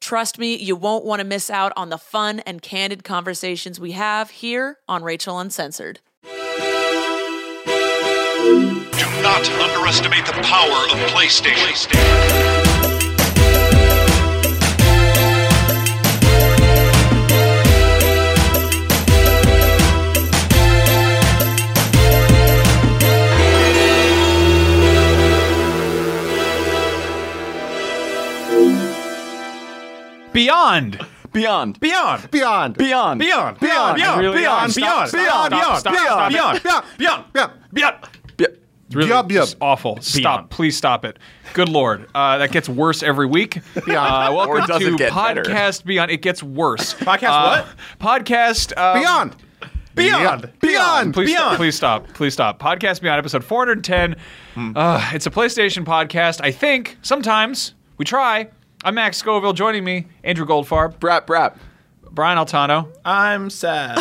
Trust me, you won't want to miss out on the fun and candid conversations we have here on Rachel Uncensored. Do not underestimate the power of PlayStation. Beyond. Beyond. Beyond. Beyond. Beyond. Beyond. Beyond. Beyond. Really Beyond. Beyond. Stop, stop, Beyond. Beyond. stop, stop, Beyond. Beyond. Beyond. Beyond. Beyond. Beyond. It's really Beyond. just awful. Stop. Please stop it. Good lord. Uh, that gets worse every week. Uh, welcome Or does to it get better? Podcast Beyond. It gets worse. Podcast Uh, what? Podcast uh, Beyond. Beyond. Beyond. Please, Beyond. please stop. Please stop. Podcast Beyond episode 410. Hmm. Uh, it's a PlayStation podcast. I think sometimes we try. I'm Max Scoville. Joining me, Andrew Goldfarb, Brap. Brap. Brian Altano, I'm sad.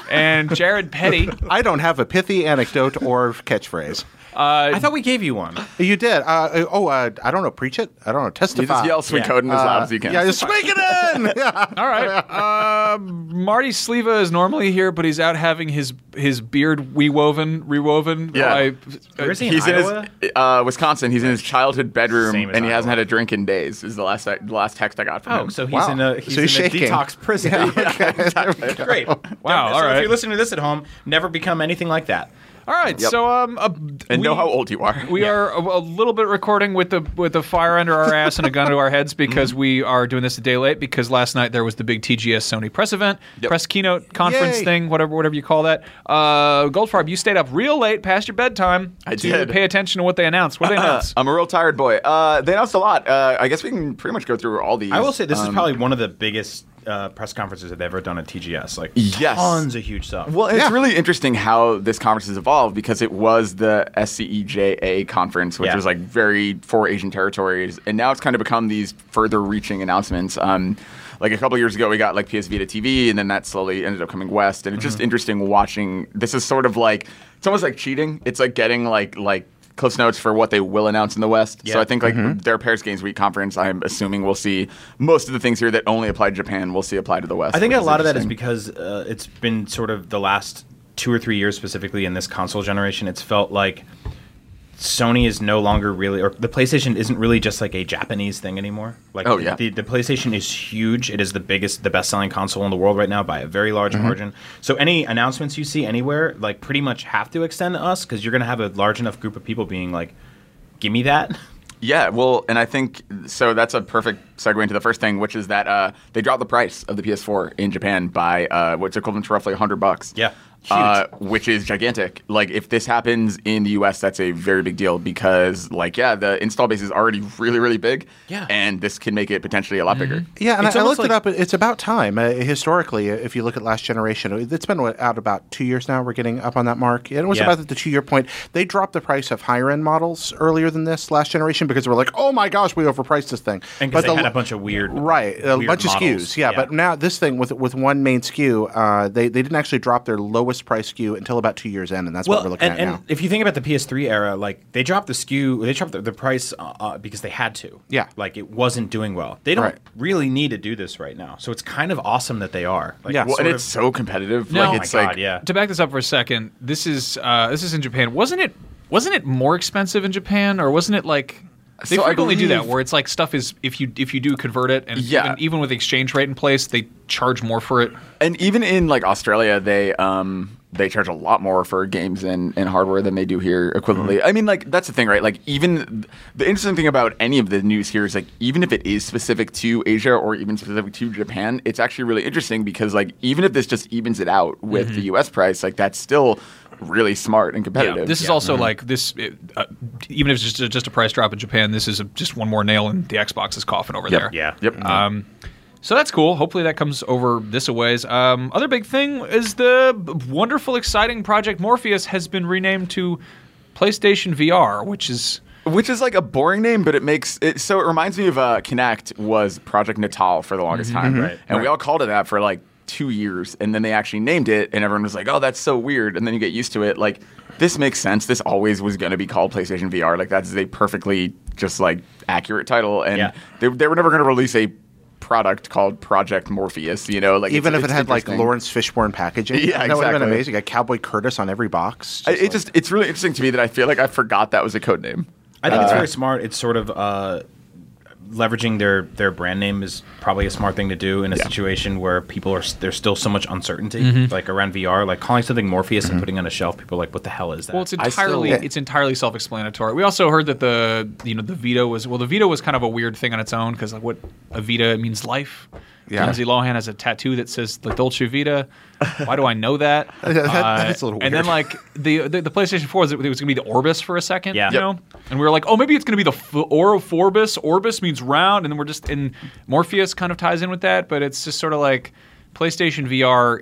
and Jared Petty. I don't have a pithy anecdote or catchphrase. Uh, I thought we gave you one. You did. Uh, oh, uh, I don't know. Preach it. I don't know. Testify. Uh, You just yell sweet Yeah. code in as loud as you can. Yeah, just speak it in. Yeah. All right. Uh, Marty Sleva is normally here, but he's out having his his beard rewoven, rewoven. Oh, Yeah. I- uh, Where is he? He's in Iowa? his uh, Wisconsin. He's in his childhood bedroom, Same as and he hasn't Iowa. had a drink in days. Is the last I, the last text I got from Oh, him. so he's Wow. in a he's, So he's in a shaking. detox prison. Great. Wow. all so right. If you're listening to this at home, never become anything like that. all right. Yep. So um, uh, and we, know how old you are. we are a, a little bit recording with the with a fire under our ass and a gun to our heads Mm-hmm. because we are doing this a day late because last night there was the big TGS Sony press event, Yep. press keynote conference Yay. thing, whatever whatever you call that. Uh, Goldfarb, you stayed up real late past your bedtime I to did. pay attention to what they announced. What did they announce? I'm a real tired boy. Uh, they announced a lot. Uh, I guess we can pretty much go through all these. I will say this is Um, probably one of the biggest uh, press conferences they've ever done at TGS. Like Yes. tons of huge stuff. Well, it's Yeah. really interesting how this conference has evolved because it was the SCEJA conference, which Yeah. was like very for Asian territories, and now it's kind of become these further-reaching announcements. Um, like a couple years ago, we got like PS Vita TV, and then that slowly ended up coming west. And it's Mm-hmm. just interesting watching. This is sort of like it's almost like cheating. It's like getting like like. Cliff's notes for what they will announce in the West. So Yeah. I think like their Paris Games Week conference, I'm assuming we'll see most of the things here that only apply to Japan, we'll see apply to the West. I think which a lot of that is interesting. because uh, it's been sort of the last two or three years, specifically in this console generation, it's felt like Sony is no longer really, or the PlayStation isn't really just like a Japanese thing anymore. Like, Oh, yeah. the, the PlayStation is huge. It is the biggest, the best selling console in the world right now by a very large Mm-hmm. margin. So, any announcements you see anywhere, like, pretty much have to extend to us because you're going to have a large enough group of people being like, give me that. Yeah, well, and I think so. That's a perfect segue into the first thing, which is that uh, they dropped the price of the PS4 in Japan by uh, what's equivalent to roughly 100 bucks. Yeah. Uh, which is gigantic. Like, if this happens in the U.S., that's a very big deal because, like, yeah, the install base is already really, really big. Yeah. Mm-hmm. And this can make it potentially a lot bigger. Yeah, and I, It's I almost looked it like- up. It's about time. Uh, historically, if you look at last generation, it's been what, out about two years now. We're getting up on that mark. It was Yeah. about the two-year point. They dropped the price of higher-end models earlier than this last generation because we're like, oh my gosh, we overpriced this thing. And because they But the had a lo- bunch of weird, right a weird bunch models. of skews yeah, but now this thing with with one main skew uh, they, they didn't actually drop their lowest price skew until about two years in and that's what we're looking and, at and now if you think about the PS3 era, like they dropped the SKU, they dropped the, the price uh, uh, because they had to. Yeah. like it wasn't doing well. They don't Right. really need to do this right now, so it's kind of awesome that they are. Like, Yeah. Well, and sort it's of- so competitive. No. like, oh my it's god, like, yeah. to back this up for a second, this is uh, this is in Japan. Wasn't it? Wasn't it more expensive in Japan, or wasn't it like? They So I frequently do that believe- where it's like stuff is if you if you do convert it and Yeah. even, even with the exchange rate in place, they charge more for it. and even in like Australia, they um they charge a lot more for games and, and hardware than they do here equivalently. I mean, like that's the thing, right? Like even the interesting thing about any of the news here is like even if it is specific to Asia or even specific to Japan, it's actually really interesting because like even if this just evens it out with the U.S. price, like that's still really smart and competitive. Mm-hmm. This is also like this. it- uh, even if it's just just a price drop in Japan, this is a, just one more nail in the Xbox's coffin over there. Yeah. Yep. Um, so that's cool. Hopefully that comes over this a ways. Um, other big thing is the b- wonderful, exciting Project Morpheus has been renamed to PlayStation VR, which is Which is like a boring name, but it makes it so it reminds me of uh, Connect was Project Natal for the longest time, right? And we all called it that for like two years, and then they actually named it, and everyone was like, "Oh, that's so weird," and then you get used to it. Like this makes sense. This always was going to be called PlayStation VR. Like that's a perfectly just like accurate title, and Yeah. they they were never going to release a product called Project Morpheus. You know, like Even it's- if it it's had like interesting. Lawrence Fishburne packaging, Yeah, that would have been exactly. amazing. A Cowboy Curtis on every box. I- it like- just it's really interesting to me that I feel like I forgot that was a code name. I think it's very smart. It's sort of uh, leveraging their their brand name is probably a smart thing to do in a situation where people are s- there's still so much uncertainty like around VR. Like calling something Morpheus and putting it on a shelf, people are like, "What the hell is that?" Well, it's I still- entirely it's entirely self-explanatory. We also heard that the you know the Vita was well the Vita was kind of a weird thing on its own because like what a Vita means life. Yeah. Lindsay Lohan has a tattoo that says like Dolce Vita. Why do I know that? Uh, that's a little And then weird. like the the, the PlayStation Four was, it was going to be the Orbis for a second. Yeah. You know? And we were like, oh, maybe it's going to be the f- Oroforbis. Orbis means round, and then we're just and Morpheus kind of ties in with that, but it's just sort of like PlayStation VR.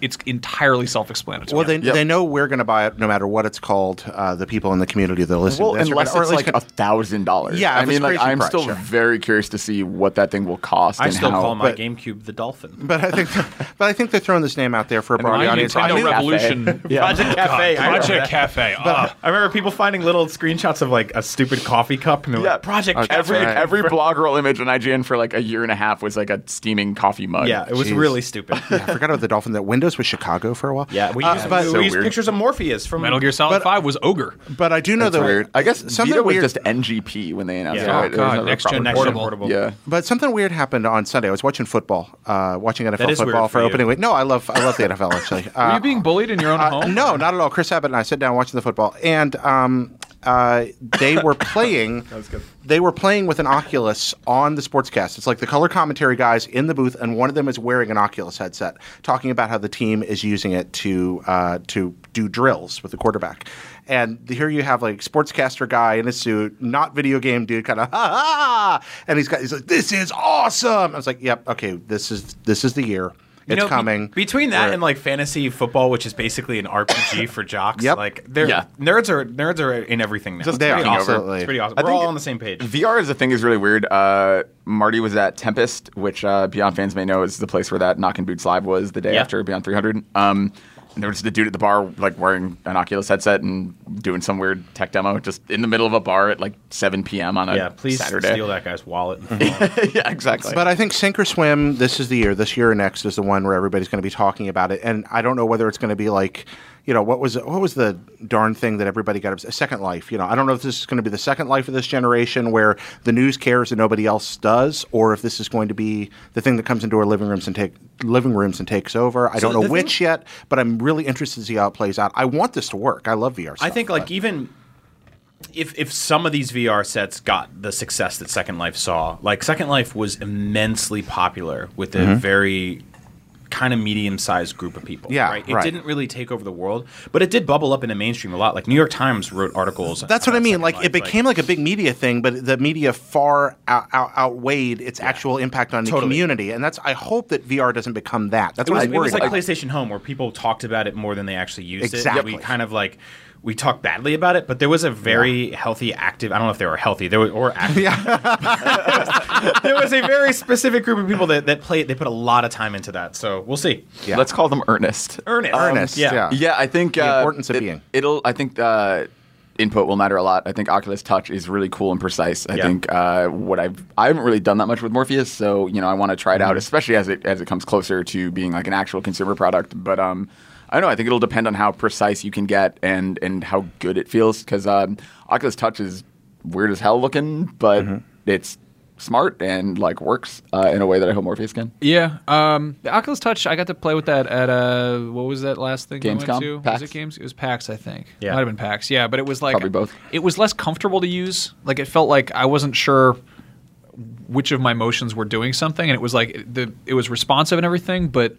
It's entirely self-explanatory. Well, they, Yep. they know we're going to buy it no matter what it's called. Uh, the people in the community that are listening, Well, to this are unless gonna- or it's at least like a gonna- thousand dollars. Yeah, I if it's mean, like crazy I'm price, still sure. very curious to see what that thing will cost. I and still how, call my but- GameCube the Dolphin. but I think, but I think they're throwing this name out there for a broad My audience. I Nintendo mean, Revolution. Project Cafe. I remember Project that. Cafe. ah. Uh, I remember people finding little screenshots of like a stupid coffee cup and they're Yeah, like, "Project Okay. Cafe." Every Oh, Right. every blog roll image on IGN for like a year and a half was like a steaming coffee mug. Yeah, it was Oh, Jeez. really stupid. I forgot about the dolphin. That Windows was Chicago for a while. Yeah, we Uh, used, but, we So used weird. pictures of Morpheus from Metal Gear Solid But- 5 was Ogre. but I do know That's that weird. I guess something Vita was weird- just NGP when they announced Yeah. Oh, it. Right? It was God, another next gen, proper next Next-gen port. portable. Yeah. But something weird happened on Sunday. I was watching football, uh, watching NFL That is weird football for for, you. opening week. No, I love I love the NFL actually. Were Uh, you being bullied in your own uh, home? no, not at all. Chris Abbott and I sit down watching the football, and um, uh, they were playing. They were playing with an Oculus on the sportscast. It's like the color commentary guys in the booth, and one of them is wearing an Oculus headset, talking about how the team is using it to uh, to do drills with the quarterback. And here you have like sportscaster guy in a suit, not video game dude, kind of ha ha, and he's got he's like, this is awesome. I was like, yep, okay, this is this is the year. It's You know, be- coming. between that We're- and like fantasy football, which is basically an RPG for jocks. Yep. Like they're, Yeah. nerds are nerds are in everything now. Just It's They pretty are, awesome. absolutely. It's pretty awesome. I We're think all on the same page. VR as a thing is really weird. Uh, Marty was at Tempest, which uh, Beyond fans may know is the place where that Knockin' Boots Live was the day Yeah. after Beyond 300. Um, and there was the dude at the bar, like wearing an Oculus headset and doing some weird tech demo, just in the middle of a bar at like 7 p.m. on a yeah, please Saturday. steal that guy's wallet. And phone. yeah, exactly. But I think Sink or Swim, this is the year. This year or next is the one where everybody's going to be talking about it. And I don't know whether it's going to be like, you know, what was what was the darn thing that everybody got upset? Second Life. You know, I don't know if this is going to be the Second Life of this generation where the news cares and nobody else does, or if this is going to be the thing that comes into our living rooms and take living rooms and takes over. I don't know the which yet, but I'm really interested to see how it plays out. I want this to work. I love VR. I stuff, think but- like even if if some of these VR sets got the success that Second Life saw, like Second Life was immensely popular with Mm-hmm. a very kind of medium-sized group of people. Yeah, right. It right. didn't really take over the world, but it did bubble up in the mainstream a lot. Like New York Times wrote articles. That's what I about mean. Second Like Life, it became like a big media thing, but the media far out, out, outweighed its actual impact on the Totally. community. And that's I hope that VR doesn't become that. That's It what was, I'm it was worried like about. PlayStation Home, where people talked about it more than they actually used Exactly. it. We kind of like we talked badly about it, but there was a very healthy, active. I don't know if they were healthy, there was, or active. there was a very specific group of people that that played. They put a lot of time into that, so we'll see. Um, yeah. Let's call them earnest. Earnest, Earnest, yeah. Yeah, I think The uh, importance of it, being. It'll. I think uh, input will matter a lot. I think Oculus Touch is really cool and precise. I Yeah. think uh, what I've I haven't really done that much with Morpheus, so you know I want to try it Mm-hmm. out, especially as it as it comes closer to being like an actual consumer product. But um, I don't know. I think it'll depend on how precise you can get and and how good it feels because um, Oculus Touch is weird as hell looking, but Mm-hmm. it's smart and like works uh, in a way that I hope Morpheus can. Yeah, um, the Oculus Touch. I got to play with that at uh, what was that last thing? we went Gamescom? to? PAX? Was it Games? It was PAX, I think. Yeah. might have been PAX. Yeah, but it was like Probably both. It was less comfortable to use. Like it felt like I wasn't sure which of my motions were doing something, and it was like the it was responsive and everything, but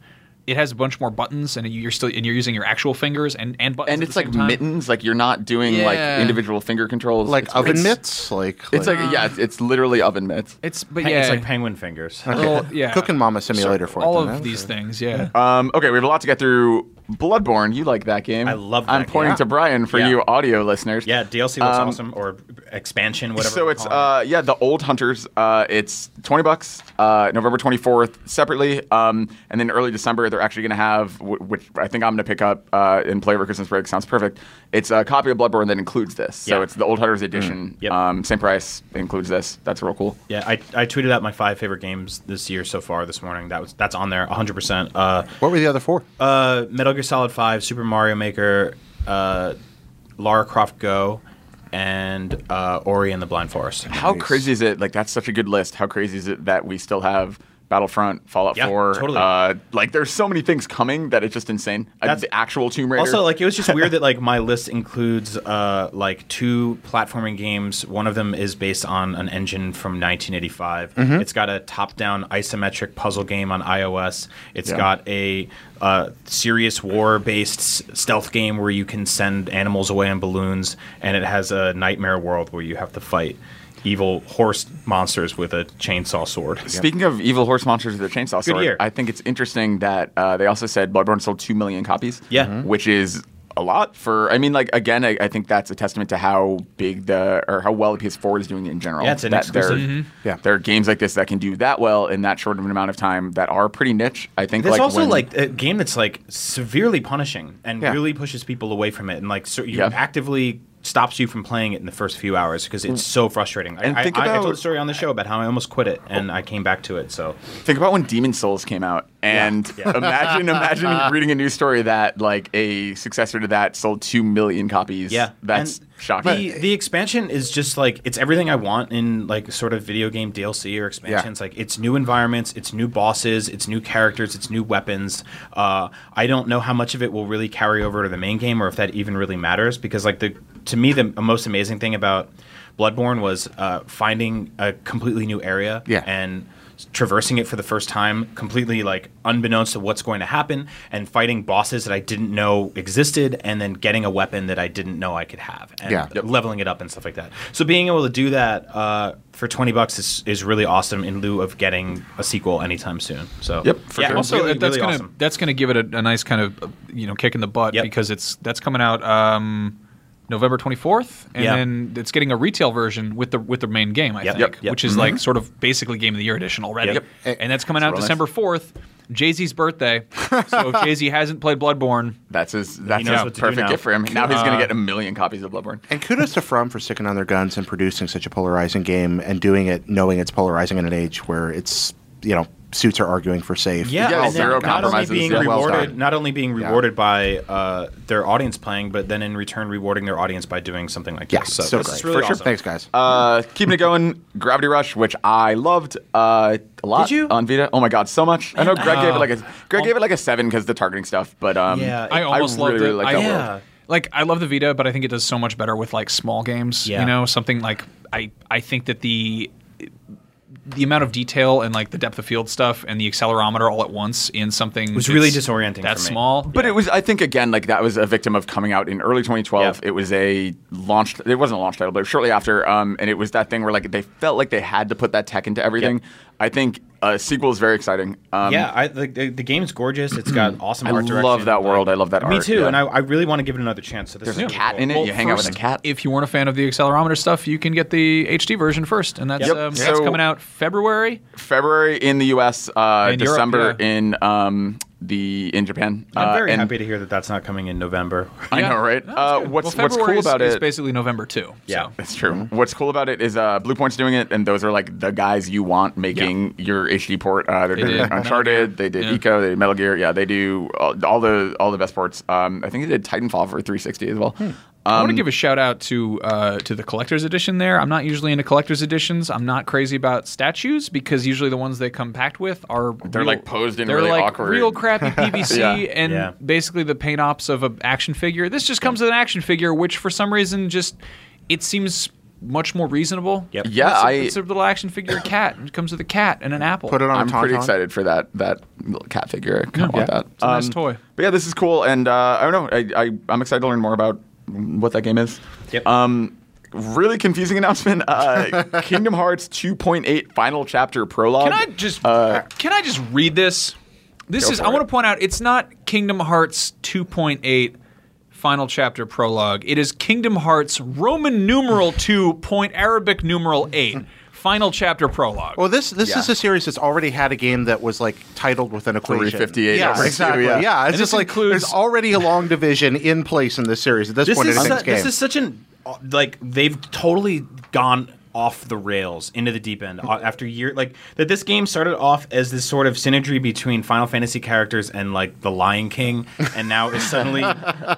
it has a bunch more buttons, and you're still and you're using your actual fingers and and buttons. And at it's the like same time. mittens, like you're not doing Yeah. like individual finger controls. like It's oven weird. mitts, like It's like uh. yeah, it's, it's literally oven mitts. It's but Pe- yeah, It's like penguin fingers. little- yeah, cooking mama simulator for it, all then, of huh? these things. Yeah. Um, okay, we have a lot to get through. Bloodborne, you like that game? I love that I'm game. pointing to Brian for Yeah. you audio listeners. Yeah, DLC looks Um, awesome, or expansion, whatever. So we're it's calling uh yeah the old hunters uh it's twenty bucks uh November twenty fourth separately um and then early December they're actually gonna have wh- which I think I'm gonna pick up uh in play over Christmas break sounds perfect it's a copy of Bloodborne that includes this so Yeah. Mm. it's the old hunters edition Yep. um same price includes this that's real cool it. yeah, I, I tweeted out my five favorite games this year so far this morning. That was that's on there, 100. percent uh, What were the other four? uh, Metal Gear Solid Five, Super Mario Maker, uh, Lara Croft Go, and uh, Ori and the Blind Forest. how crazy is it like that's such a good list how crazy is it that we still have. Battlefront, Fallout Yeah, 4, totally. uh, like there's so many things coming that it's just insane. Uh, That's- the actual Tomb Raider. Also, like it was just weird that like my list includes uh like two platforming games. One of them is based on an engine from 1985. Mm-hmm. It's got a top-down isometric puzzle game on iOS. It's Yeah. got a uh, serious war-based s- stealth game where you can send animals away in balloons, and it has a nightmare world where you have to fight evil horse monsters with a chainsaw sword. Speaking of evil horse monsters with a chainsaw sword, year. I think it's interesting that uh, they also said Bloodborne sold two million copies. Yeah. Mhm. which is a lot for. I mean, like again, I, I think that's a testament to how big the or how well the PS4 is doing in general. Yeah, it's an that there, exclusive. Mm-hmm. Yeah. there are games like this that can do that well in that short of an amount of time that are pretty niche. I think That's like also when- like a game that's like severely punishing and Yeah. really pushes people away from it, and like so you Yeah. actively stops you from playing it in the first few hours because it's so frustrating. Mm. And I, think I, I, about- told a story on the show about how I almost quit it and I came back to it. So Think about when Demon Souls came out, and imagine imagine reading a news story that like a successor to that sold two million copies. yeah, that's And shocking. The, the expansion is just like it's everything I want in like sort of video game DLC or expansions. Like it's new environments, it's new bosses, it's new characters, it's new weapons. Uh, I don't know how much of it will really carry over to the main game or if that even really matters because like the to me the most amazing thing about Bloodborne was uh, finding a completely new area Yeah. and traversing it for the first time completely like unbeknownst to what's going to happen and fighting bosses that I didn't know existed and then getting a weapon that I didn't know I could have and Yeah. Yep. leveling it up and stuff like that. So being able to do that uh, for 20 bucks is, is really awesome in lieu of getting a sequel anytime soon. So Yep, for yeah, sure. also also really, that's really gonna awesome. that's gonna give it a, a nice kind of uh, you know kick in the butt Yep. because it's that's coming out um, November twenty fourth, and Yeah. then it's getting a retail version with the with the main game, I Yep. think, Yep. Yep. which is like sort of basically game of the year edition already, Yep. Yep. and that's coming out real nice. December fourth. Jay Z's birthday, so if Jay Z hasn't played Bloodborne. That's his. That's knows his what to do perfect now. gift for him. Now he's gonna get a million copies of Bloodborne. And kudos to From for sticking on their guns and producing such a polarizing game and doing it knowing it's polarizing in an age where it's, you know, suits are arguing for safe. Yeah, Yeah, and then zero not only compromises, being yeah. Well rewarded, done. not only being rewarded by uh, their audience playing, but then in return rewarding their audience by doing something like Yeah, this. so, So, great. this is really for sure. awesome. Thanks, guys. Uh, keeping it going, Gravity Rush, which I loved uh, a lot Did you? on Vita. Oh my god, so much! I know Greg gave it like a Greg Oh. gave it like a seven because the targeting stuff, but um, Yeah, I almost really, loved really it. like I, that Yeah. world. world. Like I love the Vita, but I think it does so much better with like small games. Yeah. You know, something like I I think that the the amount of detail and like the depth of field stuff and the accelerometer all at once in something was really that's- disorienting That's for me. small, But it was, I think, again, like that was a victim of coming out in early 2012. Yeah. It was a launch. It wasn't a launch title, but shortly after. Um, and it was that thing where like they felt like they had to put that tech into everything. Yep. I think a sequel is very exciting. Um, yeah, I, the, the, the game's gorgeous. It's got awesome I art direction. love that world. I love that Me art, too, yeah. and I, I really want to give it another chance. So this There's is a cat in it. you hang out with a cat. If you weren't a fan of the accelerometer stuff, you can get the HD version first, and that's Yep. um, So- that's coming out February. February in the U.S., uh, In Europe, December yeah. in um, the in Japan. I'm Uh, very and happy to hear that that's not coming in November. I Yeah. know, right? No, that's uh, good. what's Well, what's February cool is- about is it? basically November too. Yeah. so. That's true. Mm-hmm. What's cool about it is uh, Blue Point's doing it, and those are like the guys you want making your HD port. Uh, they're They doing did Uncharted. They did Yeah. Eco. They did Hmm. Metal Gear. Yeah, they do all, all the all the best ports. Um, I think they did Titanfall for 360 as well. I want to give a shout out to uh, to the collector's edition. There, I'm not usually into collector's editions. I'm not crazy about statues because usually the ones they come packed with are They're, like, posed in they're really like awkward- real crappy PVC Yeah. and Yeah. basically the paint ops of an action figure. This just comes with an action figure, which for some reason just it seems much more reasonable. Yep. Yeah, it's a, I- it's a little action figure cat. and It comes with a cat and an apple. Put it on I'm a tauntaun. pretty excited for that that little cat figure. I kind of want Yeah. that. Um, It's a nice toy. But yeah, this is cool, and uh, I don't know. I, I I'm excited to learn more about what that game is. Yep. Um, really confusing announcement. Uh, Kingdom Hearts 2.8 Final Chapter Prologue. Can I just Uh, can I just read this? This Go is for I want it. to point out it's not Kingdom Hearts 2.8 final chapter prologue. It is Kingdom Hearts Roman numeral 2 point Arabic numeral 8 final chapter prologue. Well, this this Yeah. is a series that's already had a game that was like titled with an equation. 358 Yeah, over two, exactly. yeah. Yeah, it's And just this like includes- there's already a long division in place in this series at this, This point is, in su- its game. this is such an uh, like they've totally gone off the rails into the deep end uh, after year like that this game started off as this sort of synergy between Final Fantasy characters and like the Lion King and now is suddenly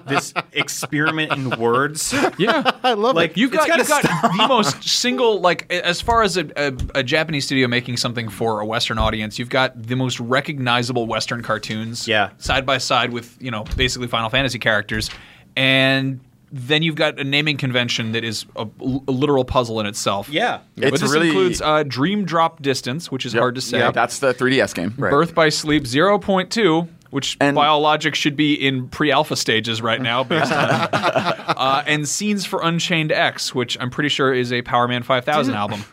this experiment in words yeah. I love like, it. You've got, It's you've gotta got the most single like a- as far as a, a, a Japanese studio making something for a Western audience, you've got the most recognizable Western cartoons, Yeah. side by side with you know basically Final Fantasy characters, and then you've got a naming convention that is a, a literal puzzle in itself. Yeah. but It's this really- includes uh, Dream Drop Distance, which is hard to say. Yeah, that's the 3DS game. Right. Birth by Sleep 0.2, which And- by all logic should be in pre-alpha stages right now, based on, uh, and Scenes for Unchained X, which I'm pretty sure is a Power Man 5000 album.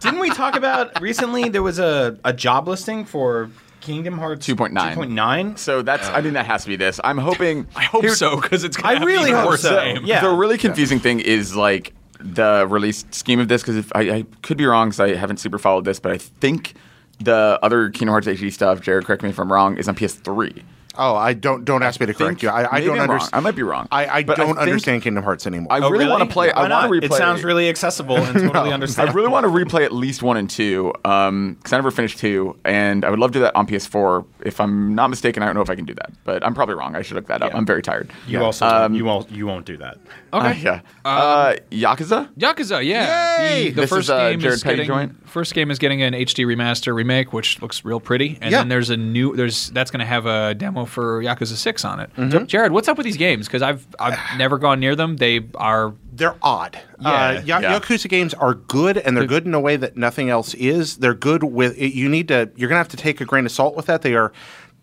Didn't we talk about recently there was a, a job listing for Kingdom Hearts 2.9. 2.9? So that's. I mean, that has to be this. I'm hoping. I hope so because it's I gonna have really even hope worse so. aim. Yeah. The really confusing thing is like the release scheme of this because if I, I could be wrong because I haven't super followed this, but I think the other Kingdom Hearts HD stuff, Jared, correct me if I'm wrong, is on PS3. Oh, I don't don't ask me to correct think- you. I, I maybe don't I'm wrong. understand. I might be wrong. I, I But I don't think- understand Kingdom Hearts anymore. I really, want to play. Oh, Why I want to not? replay. Oh, It sounds really accessible and totally I understandable. really want to replay at least one and two because I never finished two, and I would love to do that on PS4. If I'm not mistaken, I don't know if I can do that, but I'm probably wrong. I should look that up. Yeah. I'm very tired. You also Um, you Um, won't you won't do that. Uh, Okay. yeah. Uh, Yakuza. Yakuza, yeah. Yay! The, the This first is, uh, game Jared is Petty getting joint? first game is getting an HD remaster remake, which looks real pretty. And Yeah. then there's a new there's that's going to have a demo for Yakuza Six on it. Jared, what's up with these games? Because I've I've never gone near them. They are they're odd. uh, Ya- Yeah. Yakuza games are good, and they're good in a way that nothing else is. They're good with it, you need to. You're gonna have to take a grain of salt with that. They are.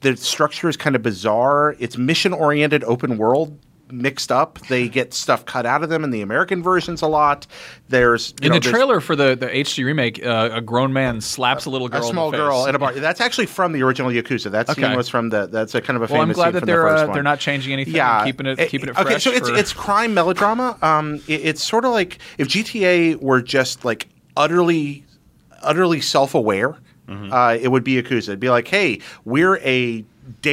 The structure is kind of bizarre. It's mission oriented, open world mixed up. They get stuff cut out of them in the American versions a lot. There's you in know, the there's trailer for the the HD remake. Uh, a grown man slaps a little girl. in A the small face. girl in a bar. That's actually from the original Yakuza. That Okay. scene was from the. That's a kind of a Well, I'm famous glad scene that from they're, the first uh, one. they're not changing anything and keeping it- keeping it Okay, fresh so it's for- it's crime melodrama. Um, it- it's sort of like if GTA were just like utterly, utterly self-aware, Mm-hmm. uh, it would be Yakuza. It'd be like, hey, we're a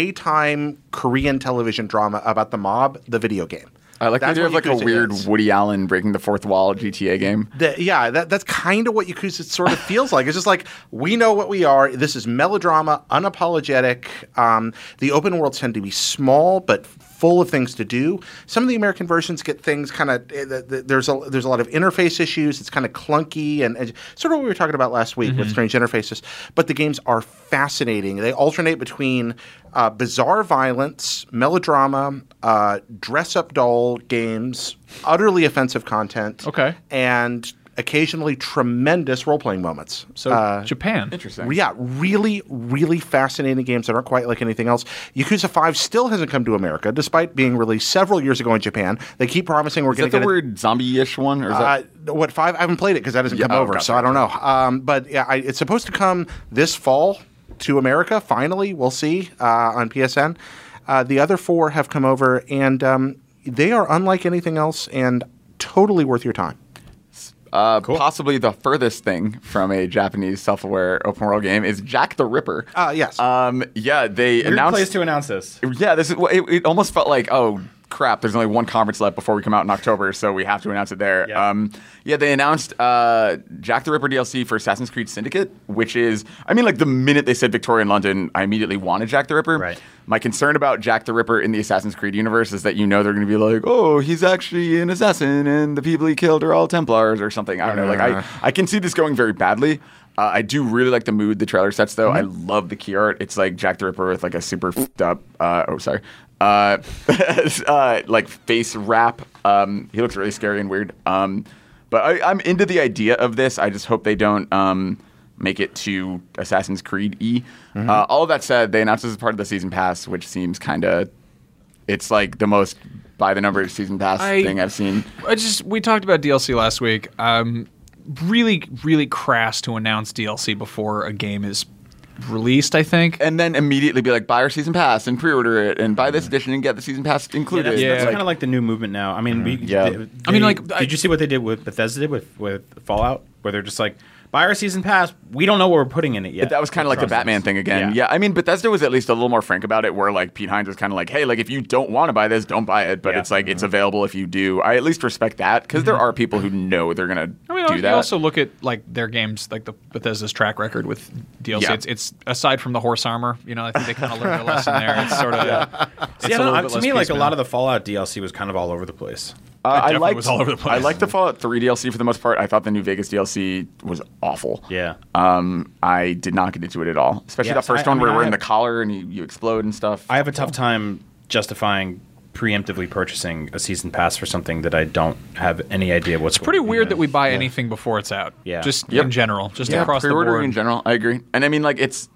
daytime Korean television drama about the mob, the video game. I like That's the idea what of like a Yakuza weird is. Woody Allen breaking the fourth wall GTA game. The- yeah, that, that's kind of what Yakuza sort of feels like. It's just like we know what we are. This is melodrama, unapologetic. Um, the open worlds tend to be small but full of things to do. Some of the American versions get things kind of there's a there's a lot of interface issues. It's kind of clunky and, and sort of what we were talking about last week with strange interfaces. But the games are fascinating. They alternate between uh, bizarre violence, melodrama, uh, dress up doll games, utterly offensive content Okay. and occasionally tremendous role playing moments. Uh, So Japan. Interesting. yeah, really, really fascinating games that aren't quite like anything else. Yakuza 5 still hasn't come to America, despite being released several years ago in Japan. They keep promising we're Is going that the to get it- weird zombie-ish one, or is that? uh, what five? I haven't played it because that hasn't Yeah, come oh, over, gotcha, so I don't know. Um, but yeah, I, it's supposed to come this fall to America. Finally, we'll see uh, on PSN. Uh, the other four have come over, and um, they are unlike anything else, and totally worth your time. Uh, Possibly the furthest thing from a Japanese self-aware open-world game is Jack the Ripper. Uh, yes. Um, yeah, they Weird announced. place to announce this. yeah, this is. It, it almost felt like oh, crap, there's only one conference left before we come out in October, so we have to announce it there. Yeah. Um, yeah, they announced uh, Jack the Ripper DLC for Assassin's Creed Syndicate, which is, I mean, like the minute they said Victoria in London, I immediately wanted Jack the Ripper. Right. My concern about Jack the Ripper in the Assassin's Creed universe is that you know they're going to be like, oh, he's actually an assassin, and the people he killed are all Templars or something. I don't know. Like, I, I can see this going very badly. Uh, I do really like the mood the trailer sets, though. I love the key art. It's like Jack the Ripper with like a super fed up. Uh, oh, sorry. Uh, uh, like face wrap. Um, he looks really scary and weird. Um, but I, I'm into the idea of this. I just hope they don't. Um, make it to Assassin's Creed E. Uh, all of that said, they announced this as part of the season pass, which seems kind of it's like the most by the numbers season pass I- thing I've seen. I just we talked about DLC last week. Um, really, really crass to announce DLC before a game is released. I think. Eh, And then immediately be like, buy our season pass and pre-order it, and buy this edition and get the season pass Yeah, included. that's, Yeah. kind of like the new movement now. I mean, we, Mm-hmm. Yeah. they- I mean, they- like, did I- you see what they did with Bethesda did with with Fallout, where they're just like, buy our season pass. We don't know what we're putting in it yet. But that was kind of like the Process. Batman thing again. Yeah. I mean, Bethesda was at least a little more frank about it, where like Pete Hines was kind of like, "Hey, like if you don't want to buy this, don't buy it." But Yeah. it's like it's available if you do. I at least respect that because there are people who know they're gonna I mean, do you that. also look at like their games, like the Bethesda's track record with DLC. Yeah. It's, it's aside from the horse armor, you know, I think they kind of learned a lesson there. It's sort of it's See, I a don't little know, bit to less me, like a piecemeal. lot of the Fallout DLC was kind of all over the place. Uh, I definitely liked, was all over the place. I liked the Fallout 3 DLC for the most part. I thought the New Vegas DLC was awful. Yeah. Um, I did not get into it at all, especially Yeah, that so first I- I one mean, where I we're in the have- collar and you, you explode and stuff. I have a tough time justifying preemptively purchasing a season pass for something that I don't have any idea what's Pretty weird that we buy anything before it's out. Yeah. Just Yep. in general, just across the pre-ordering board. in general. I agree, and I mean like it's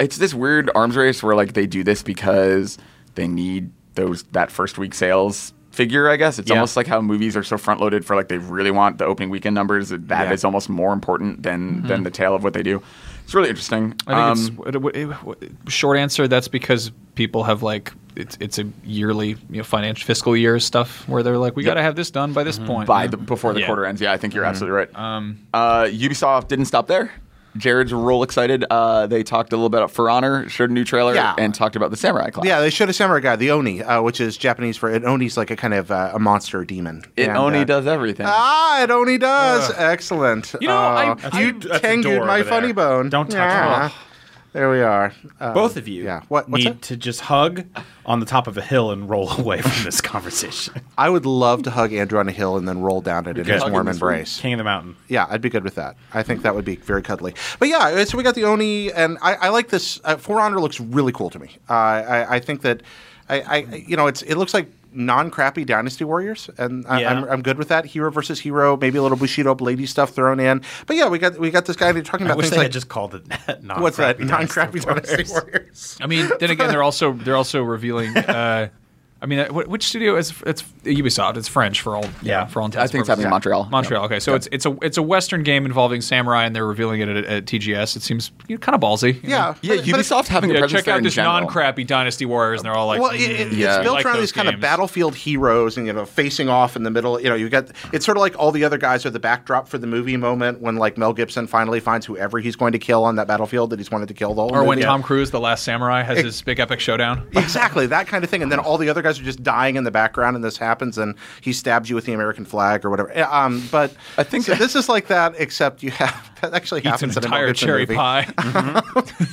it's this weird arms race where like they do this because they need those that first week sales figure. I guess it's Yeah. almost like how movies are so front loaded for like they really want the opening weekend numbers. That that is Yeah. almost more important than than the tail of what they do. It's really interesting. Mm-hmm. I think Um, it's w- w- w- short answer. That's because people have like it's it's a yearly you know, financial fiscal year stuff where they're like we got to have this done by this point. by the, before the Yeah. quarter ends. Yeah, I think Mm-hmm. you're absolutely right. Um, uh, Ubisoft didn't stop there. Jared's real excited. Uh, they talked a little bit about For Honor, showed a new trailer, Yeah. and talked about the Samurai class. Yeah, they showed a samurai guy, the Oni, uh, which is Japanese for an Oni's like a kind of uh, a monster demon. it And, Oni uh, does everything. Ah, it Oni does. Excellent. You know, I- Uh, I- you that's a tengued door my over funny there. bone. Don't touch yeah. it. There we are. Uh, Both of you Yeah. What? What's need that? to just hug on the top of a hill and roll away from this conversation. I would love to hug Andrew on a hill and then roll down it in Okay. his warm Hug him. embrace. King of the Mountain. yeah, I'd be good with that. I think that would be very cuddly. But yeah, so we got the Oni, and I, I like this. Uh, For Honor looks really cool to me. Uh, I, I think that, I, I you know, it's it looks like non-crappy Dynasty Warriors, and I, Yeah. I'm, I'm good with that. Hero versus hero, maybe a little Bushido Lady stuff thrown in. But yeah, we got we got this guy. and They're talking I about wish things they like had just called it that. non what's that Non-crappy non-crappy Dynasty Dynasty Warriors. Warriors. I mean, then again, they're also they're also revealing. Uh, I mean, uh, wh- which studio is it's Ubisoft? It's French for all Yeah. for all intents. I think and it's happening purposes. in Montreal. Montreal. Okay, so it's it's a it's a Western game involving samurai, and they're revealing it at, at TGS. It seems you know, kind of ballsy. you know? Yeah, Yeah, but- but it's- Ubisoft having a Yeah, presence check there out in this general. non-crappy Dynasty Warriors, and they're all like, mm, Well, it, it- Yeah. it's built Like around those these kind of games. battlefield heroes, and you know, facing off in the middle. You know, you got it's sort of like all the other guys are the backdrop for the movie moment when like Mel Gibson finally finds whoever he's going to kill on that battlefield that he's wanted to kill the whole or when movie. Tom Cruise, the Last Samurai, has his big epic showdown. Exactly that kind of thing, and then all the other guys are just dying in the background, and this happens, and he stabs you with the American flag or whatever. Uh, Um, but I think so this is like that, except you have that actually Eats an happens in a Mel entire Gibson cherry movie. pie,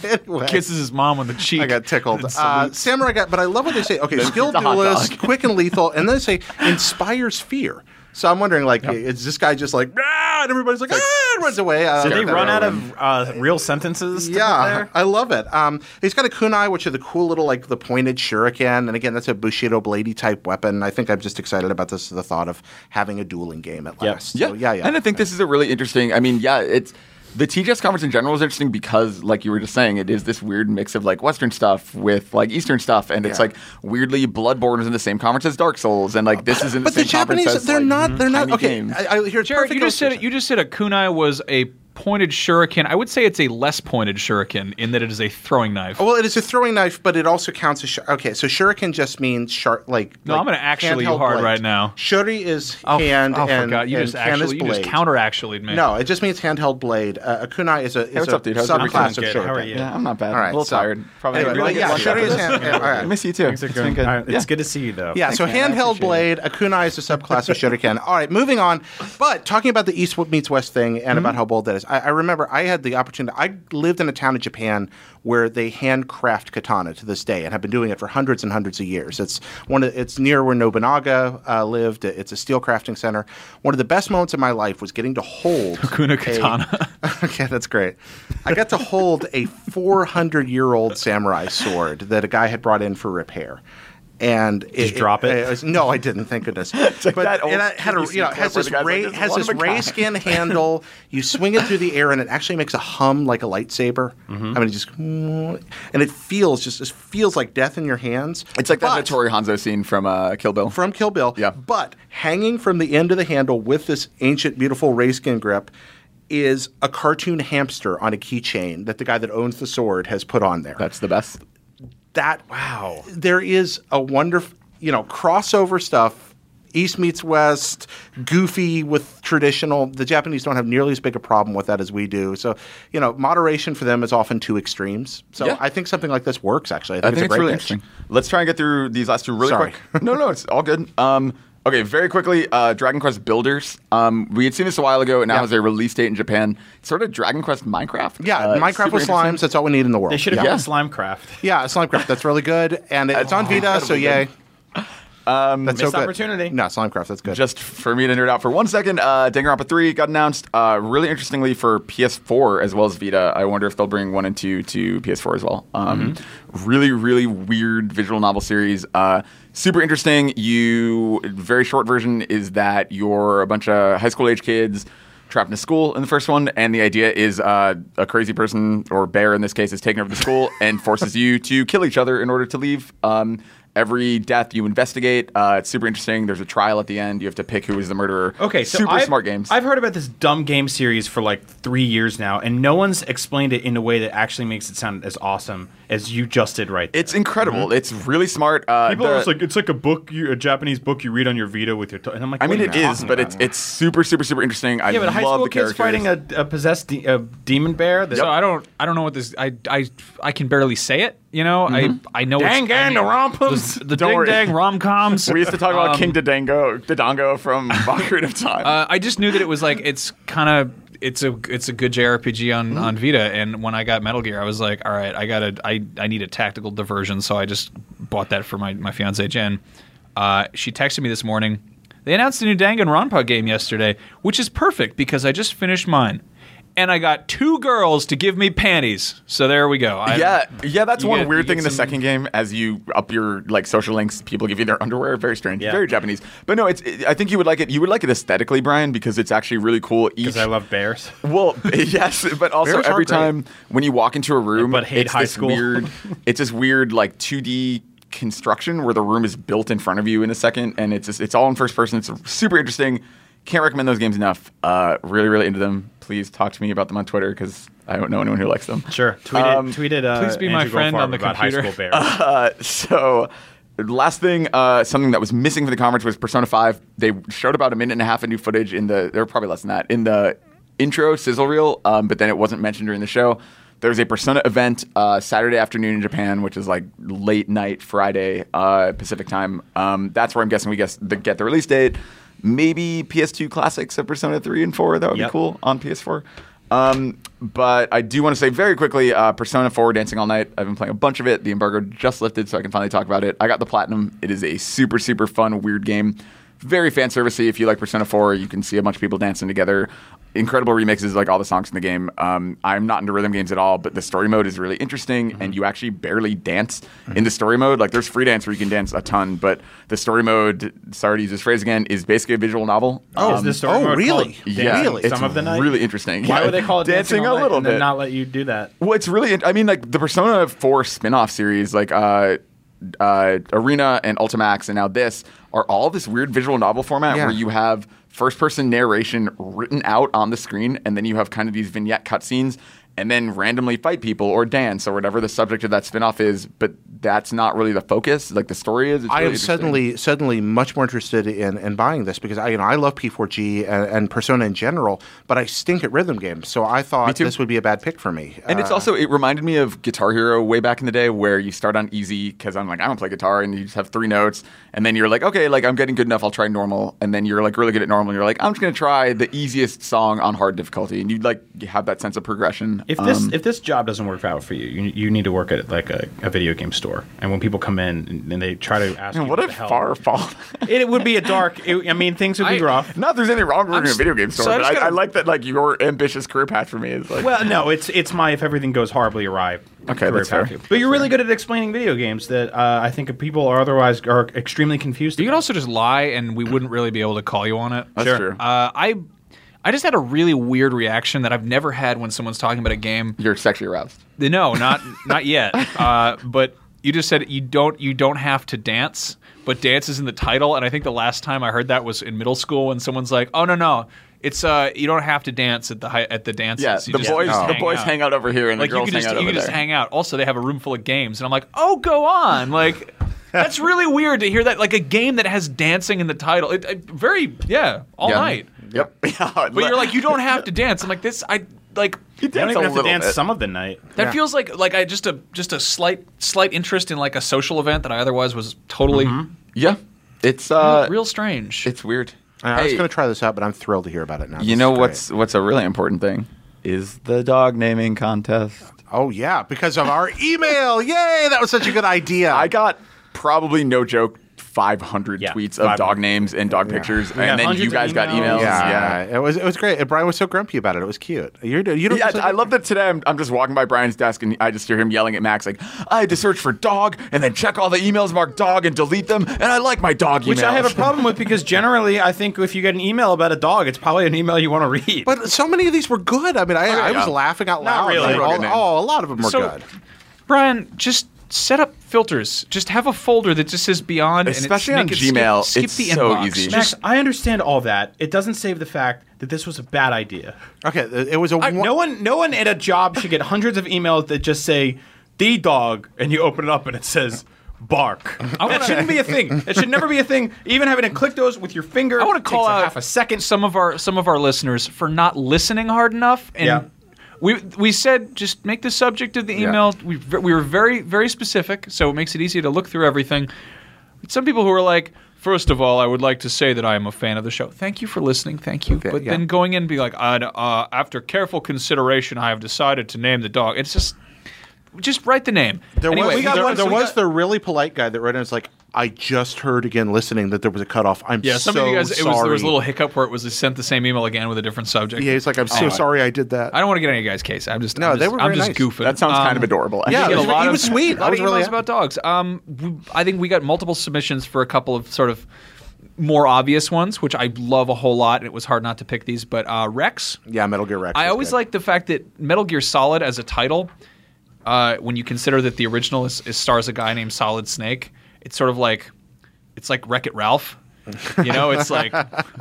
Anyway. kisses his mom on the cheek. I got tickled. Uh, Samurai got, but I love what they say. Okay, skilled the hot duelist, dog. quick and lethal, and then they say inspires fear. So I'm wondering, like, is this guy just like, ah, and everybody's like, ah, and runs away? Uh, Did they that- run out of uh, real sentences? to put Yeah, there? I love it. Um, he's got a kunai, which are the cool little, like, the pointed shuriken, and again, that's a bushido bladey type weapon. I think I'm just excited about this. The thought of having a dueling game at Yep. last. Yeah, So, yeah, yeah. And I think this is a really interesting. I mean, yeah, it's the TGS conference in general is interesting because, like you were just saying, it is this weird mix of like Western stuff with like Eastern stuff, and it's Yeah. like weirdly Bloodborne is in the same conference as Dark Souls, and like this is in the but same the conference Japanese, as, they're like, not. They're not. tiny Okay, games. I, I hear Jared, you just said it. You just said a kunai was a pointed shuriken. I would say it's a less pointed shuriken in that it is a throwing knife. Well, it is a throwing knife, but it also counts as sh- okay. So shuriken just means sharp, like. No, like I'm gonna actually you handheld hard blade. right now. Shuri is Oh, f- hand oh, and, forgot. You and just can is actually, you just blade. counter actually me. No, it just means handheld blade. Uh, a kunai is a, is what's a up, dude? How's everything? subclass of Good. shuriken. How are you? Yeah, I'm not bad. All right, a little so- tired. Probably. Anyway, gonna but get yeah, lunch Shuri after is this. hand- all right. I miss you too. Things are It's going. been good. I- It's Yeah. good to see you though. Yeah, so Thanks, man. I handheld appreciate blade, a kunai is a subclass of shuriken. All right, moving on. But talking about the East meets West thing and about how bold that is, I, I remember I had the opportunity. I lived in a town in Japan where they handcraft katana to this day and have been doing it for hundreds and hundreds of years. It's one. Of, it's near where Nobunaga uh, lived. It's a steel crafting center. One of the best moments of my life was getting to hold Kuna a- katana. okay, that's great. I got to hold a 400 year old samurai sword that a guy had brought in for repair. And Did you drop it? was- no, I didn't. Thank goodness. but that old and I had a, PVC you know, it clip has where this the guy's like, ray, "This is has one this of a ray kind." skin handle. You swing it through the air, and it actually makes a hum like a lightsaber. Mm-hmm. I mean, it just and it feels just it feels like death in your hands. It's like that But- Vittorio Hanzo scene from uh, Kill Bill. from Kill Bill, Yeah. but hanging from the end of the handle with this ancient, beautiful ray skin grip is a cartoon hamster on a keychain that the guy that owns the sword has put on there. That's the best. that wow. There is a wonderful, you know, crossover stuff. East meets West, goofy with traditional. The Japanese don't have nearly as big a problem with that as we do. So, you know, moderation for them is often two extremes. So, Yeah. I think something like this works. Actually, I I think, it's, think it's, a great really mix. interesting. Let's try and get through these last two really Sorry. quick. No, no, it's all good. Um, okay, very quickly, uh, Dragon Quest Builders. Um, we had seen this a while ago. It now Yeah. has a release date in Japan. It's sort of Dragon Quest Minecraft. Yeah, Uh, Minecraft super with slimes. interesting. That's all we need in the world. They should have yeah. got Slimecraft. Yeah, Slimecraft. That's really good, and it's Oh, on Vita, so yay. Um, that's Missed opportunity. No, Slimecraft. That's good. Just for me to nerd out for one second, uh, Danganronpa 3 got announced uh, really interestingly for PS4 as well as Vita. I wonder if they'll bring 1 and 2 to PS4 as well. Um, Really, really weird visual novel series. Uh, super interesting. You, very short version is that you're a bunch of high school age kids trapped in a school in the first one, and the idea is uh, a crazy person or bear in this case is taking over the school and forces you to kill each other in order to leave. Um, every death you investigate, uh, it's super interesting. There's a trial at the end. You have to pick who is the murderer. Okay, so super I've, smart games. I've heard about this dumb game series for like three years now, and no one's explained it in a way that actually makes it sound as awesome as you just did right there. it's incredible. It's really smart. Uh, Mm-hmm. People the- are just like, it's like a book, you, a Japanese book you read on your Vita with your. T-. And I'm like, I mean, what it are you is, talking but about? it's it's super super super interesting. I yeah, but love high school the kids fighting characters. a, a possessed de- a demon bear. That, So I don't I don't know what this I I I can barely say it. You know Mm-hmm. I I know Dang, it's, I gang, the rompums. the, Um, the Don't ding worry. dang rom coms. We used to talk Um, about King Dodongo, Dodongo from Ocarina of Time. Uh, I just knew that it was like it's kind of it's a it's a good JRPG on Hmm? on Vita, and when I got Metal Gear, I was like, all right, I gotta I I need a tactical diversion, so I just bought that for my my fiance Jen. Uh, she texted me this morning. They announced a new Danganronpa game yesterday, which is perfect because I just finished mine, and I got two girls to give me panties. So there we go. I, yeah, yeah, that's you one get- you weird thing get in the some- second game. As you up your like social links, people give you their underwear. Very strange, Yeah. very Japanese. But no, it's. I think you would like it. You would like it aesthetically, Brian, because it's actually really cool. Each Because I love bears. well, yes, but also Bears are every great. time when you walk into a room, But hate it's high this school. Weird, it's this weird like 2D construction where the room is built in front of you in a second, and it's just, it's all in first person. It's super interesting. Can't recommend those games enough. Uh, really, really into them. Please talk to me about them on Twitter because I don't know anyone who likes them. Sure. Tweeted, Um, tweeted uh, please be my Andrew friend Goldfarb on the about computer. High school bears. Uh, so last thing uh, something that was missing from the conference was persona 5 they showed about a minute and a half of new footage in the or probably less than that in the intro sizzle reel um, but then it wasn't mentioned during the show there was a persona event uh, saturday afternoon in japan which is like late night friday uh, pacific time um, that's where i'm guessing we guess the, get the release date maybe ps2 classics of persona 3 and 4 that would Yep. be cool on ps4 um, but I do want to say very quickly, uh, Persona 4 Dancing All Night. I've been playing a bunch of it. The embargo just lifted, so I can finally talk about it. I got the platinum. It is a super, super fun, weird game. Very fan servicey. If you like Persona 4, you can see a bunch of people dancing together. Incredible remixes, like all the songs in the game. Um, I'm not into rhythm games at all, but the story mode is really interesting, and you actually barely dance in the story mode. Like, there's free dance where you can dance a ton, but the story mode, sorry to use this phrase again, is basically a visual novel. Oh, is this story oh, mode really? called Dancing Um, Yeah, Really? it's Some of the night. really interesting. Why Yeah. would they call it dancing, Dancing all a night little and then bit. Not let you do that. Well, it's really. I mean, like the Persona Four spin-off series, like uh, uh, Arena and Ultimax, and now this are all this weird visual novel format Yeah. where you have first person narration written out on the screen, and then you have kind of these vignette cutscenes and then randomly fight people or dance or whatever the subject of that spin-off is, but that's not really the focus. Like the story is. It's I really am interesting. suddenly suddenly much more interested in, in buying this because I you know I love P4G and, and Persona in general, but I stink at rhythm games, so I thought too. this would be a bad pick for me. And it's Uh, also it reminded me of Guitar Hero way back in the day, where you start on easy because I'm like I don't play guitar, and you just have three notes, and then you're like okay, like I'm getting good enough, I'll try normal, and then you're like really good at normal, and you're like I'm just gonna try the easiest song on hard difficulty, and you like you have that sense of progression. If this Um, if this job doesn't work out for you, you, you need to work at like a, a video game store. And when people come in and, and they try to ask, you Man, what what a the hell, far fall. it, would be a dark. It, I mean, things would be I- rough. Not that there's anything wrong with working in a just- video game store, so I but just I, gotta- I like that like your ambitious career path for me is like Well, no, it's it's my if everything goes horribly awry. Okay, that's fair. path. But you're really good at explaining video games that uh, I think people are otherwise are extremely confused. You could also just lie, and we wouldn't really be able to call you on it. That's Sure. true. Uh, I, I just had a really weird reaction that I've never had when someone's talking about a game. you're sexually aroused. No, not not yet. Uh, but you just said you don't you don't have to dance, but dance is in the title. And I think the last time I heard that was in middle school when someone's like, "Oh no no, it's uh you don't have to dance at the hi- at the dances. Yeah, You Uh, the just boys the boys out." hang out over here and like the you girls could just hang out you over could just there. hang out. Also, they have a room full of games, and I'm like, oh, go on, like. That's really weird to hear that, like a game that has dancing in the title. It, it- very, yeah, all Yeah. night. Yep. But you're like, you don't have to dance. I'm like, this, I like. I don't Dance a even have to little dance bit. some of the night. That feels like like I just a just a slight slight interest in like a social event that I otherwise was totally yeah, it's uh, real strange. It's weird. I was Hey, going to try this out, but I'm thrilled to hear about it now. This You is know great. what's what's a really important thing is the dog naming contest. Oh yeah, because of our email. Yay, that was such a good idea. I got probably no joke 500 Yeah, tweets of 500. dog names and dog pictures, got and then hundreds you of guys got emails. emails. yeah, Yeah. it was it was great. And Brian was so grumpy about it. It was cute. You're, you don't. Yeah, I love that today I'm, I'm just walking by Brian's desk and I just hear him yelling at Max, like, I had to search for dog and then check all the emails marked dog and delete them, and I like my dog emails. Which I have a problem with because generally I think if you get an email about a dog, it's probably an email you want to read. But so many of these were good. I mean, Oh, I, I was yeah. laughing out Not loud. really. Like, all- Good name. oh, a lot of them were So- good. Brian, just set up filters. Just have a folder that just says Beyond, Especially on and it's, make it skip- Gmail, Skip, it's the so inbox. easy. Just Max, I understand all that. It doesn't save the fact that this was a bad idea. Okay, it- it was a I- one- no one, no one at a job should get hundreds of emails that just say "the dog" and you open it up and it says "bark." that shouldn't be a thing. That should never be a thing. Even having to click those with your finger. I want to call takes a out half a second. some of our some of our listeners for not listening hard enough. And Yeah. we we said just make the subject of the Yeah. email. We we were very very specific, so it makes it easy to look through everything. Some people who are like. First of all, I would like to say that I am a fan of the show. Thank you for listening. Thank you. but yeah. then going in and be like, "I'd, uh, after careful consideration, I have decided to name the dog. It's just, just write the name. There Anyway, was we got there, one- there we was got- the really polite guy that wrote in. It's like I just heard again listening that there was a cutoff. I'm yeah. so Some of you guys, it sorry. was, there was a little hiccup where it was they sent the same email again with a different subject. Oh yeah, he's like I'm so sorry I did that. I don't want to get on your guys' case. I'm just No, I'm they just, were I'm very just nice. goofing. That sounds kind of Um, adorable. Yeah, we get actually. it was- a lot he of- was sweet. A I lot was of really emails happy. about dogs. Um, w- I think we got multiple submissions for a couple of sort of more obvious ones, which I love a whole lot, and it was hard not to pick these. But uh, Rex, yeah, Metal Gear Rex. I was always good. like the fact that Metal Gear Solid as a title, uh, when you consider that the original is, is stars a guy named Solid Snake, it's sort of like it's like Wreck It Ralph. you know, it's like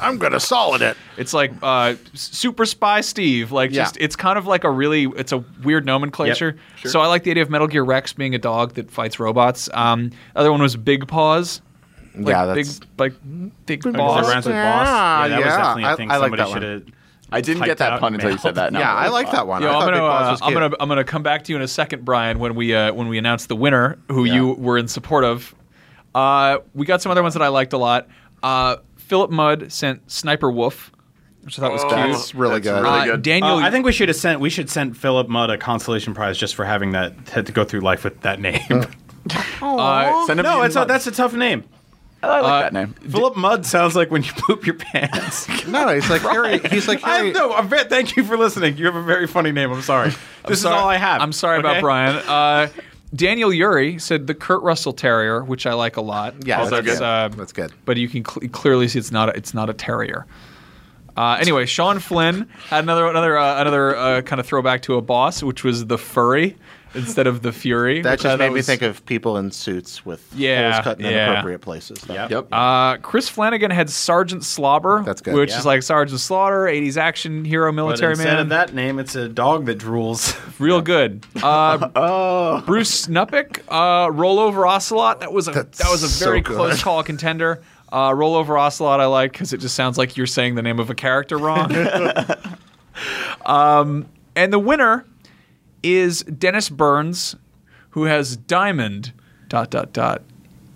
I'm gonna solid it. It's like uh, Super Spy Steve. Like Yeah. just it's kind of like a really it's a weird nomenclature. So I like the idea of Metal Gear Rex being a dog that fights robots. Um, other one was Big Paws. Like yeah, that's big like big Because it paws. rhymes with boss. Yeah, that Yeah, was definitely a I- thing I like somebody that one. should I didn't Typed get that out pun until you said that. No, yeah. I that's like fine. that one. Yo, I I'm thought gonna, Big Paws uh, was I'm cute. gonna I'm gonna come back to you in a second, Brian, when we uh, when we announce the winner, who Yeah. you were in support of. Uh, we got some other ones that I liked a lot. Uh, Philip Mudd sent Sniper Wolf, which I thought was Oh, cute. That's really That's good. really Uh, good. Daniel, Uh, I think we should have sent we should send Philip Mudd a consolation prize just for having that had to go through life with that name. uh, Send him no, in it's a, mud. that's a tough name. I like that name. Philip Mudd sounds like when you poop your pants. No, no, he's like Harry. He's like I Harry. know. I'm very, thank you for listening. You have a very funny name. I'm sorry. this Sorry- is all I have. I'm sorry okay? about Brian. Uh, Daniel Yuri said the Kurt Russell Terrier, which I like a lot. Yeah, Although that's it's, good. uh, That's good. But you can cl- clearly see it's not a, it's not a terrier. Uh, anyway, Sean Flynn had another another uh, another uh, kind of throwback to a boss, which was the furry. instead of the Fury. That which I just thought made me was- think of people in suits with Yeah, holes cut in yeah. inappropriate places. Yep. Yep. Uh, Chris Flanagan had Sergeant Slobber, That's good. which Yeah. is like Sergeant Slaughter, 80s action hero But military instead man. of that name, it's a dog that drools. Real good. Uh, Oh. Bruce Snuppick, uh, Rollover Ocelot. That was a that was a so very good. close call contender. Uh, Rollover Ocelot, I like because it just sounds like you're saying the name of a character wrong. um, and the winner is Dennis Burns, who has diamond dot dot dot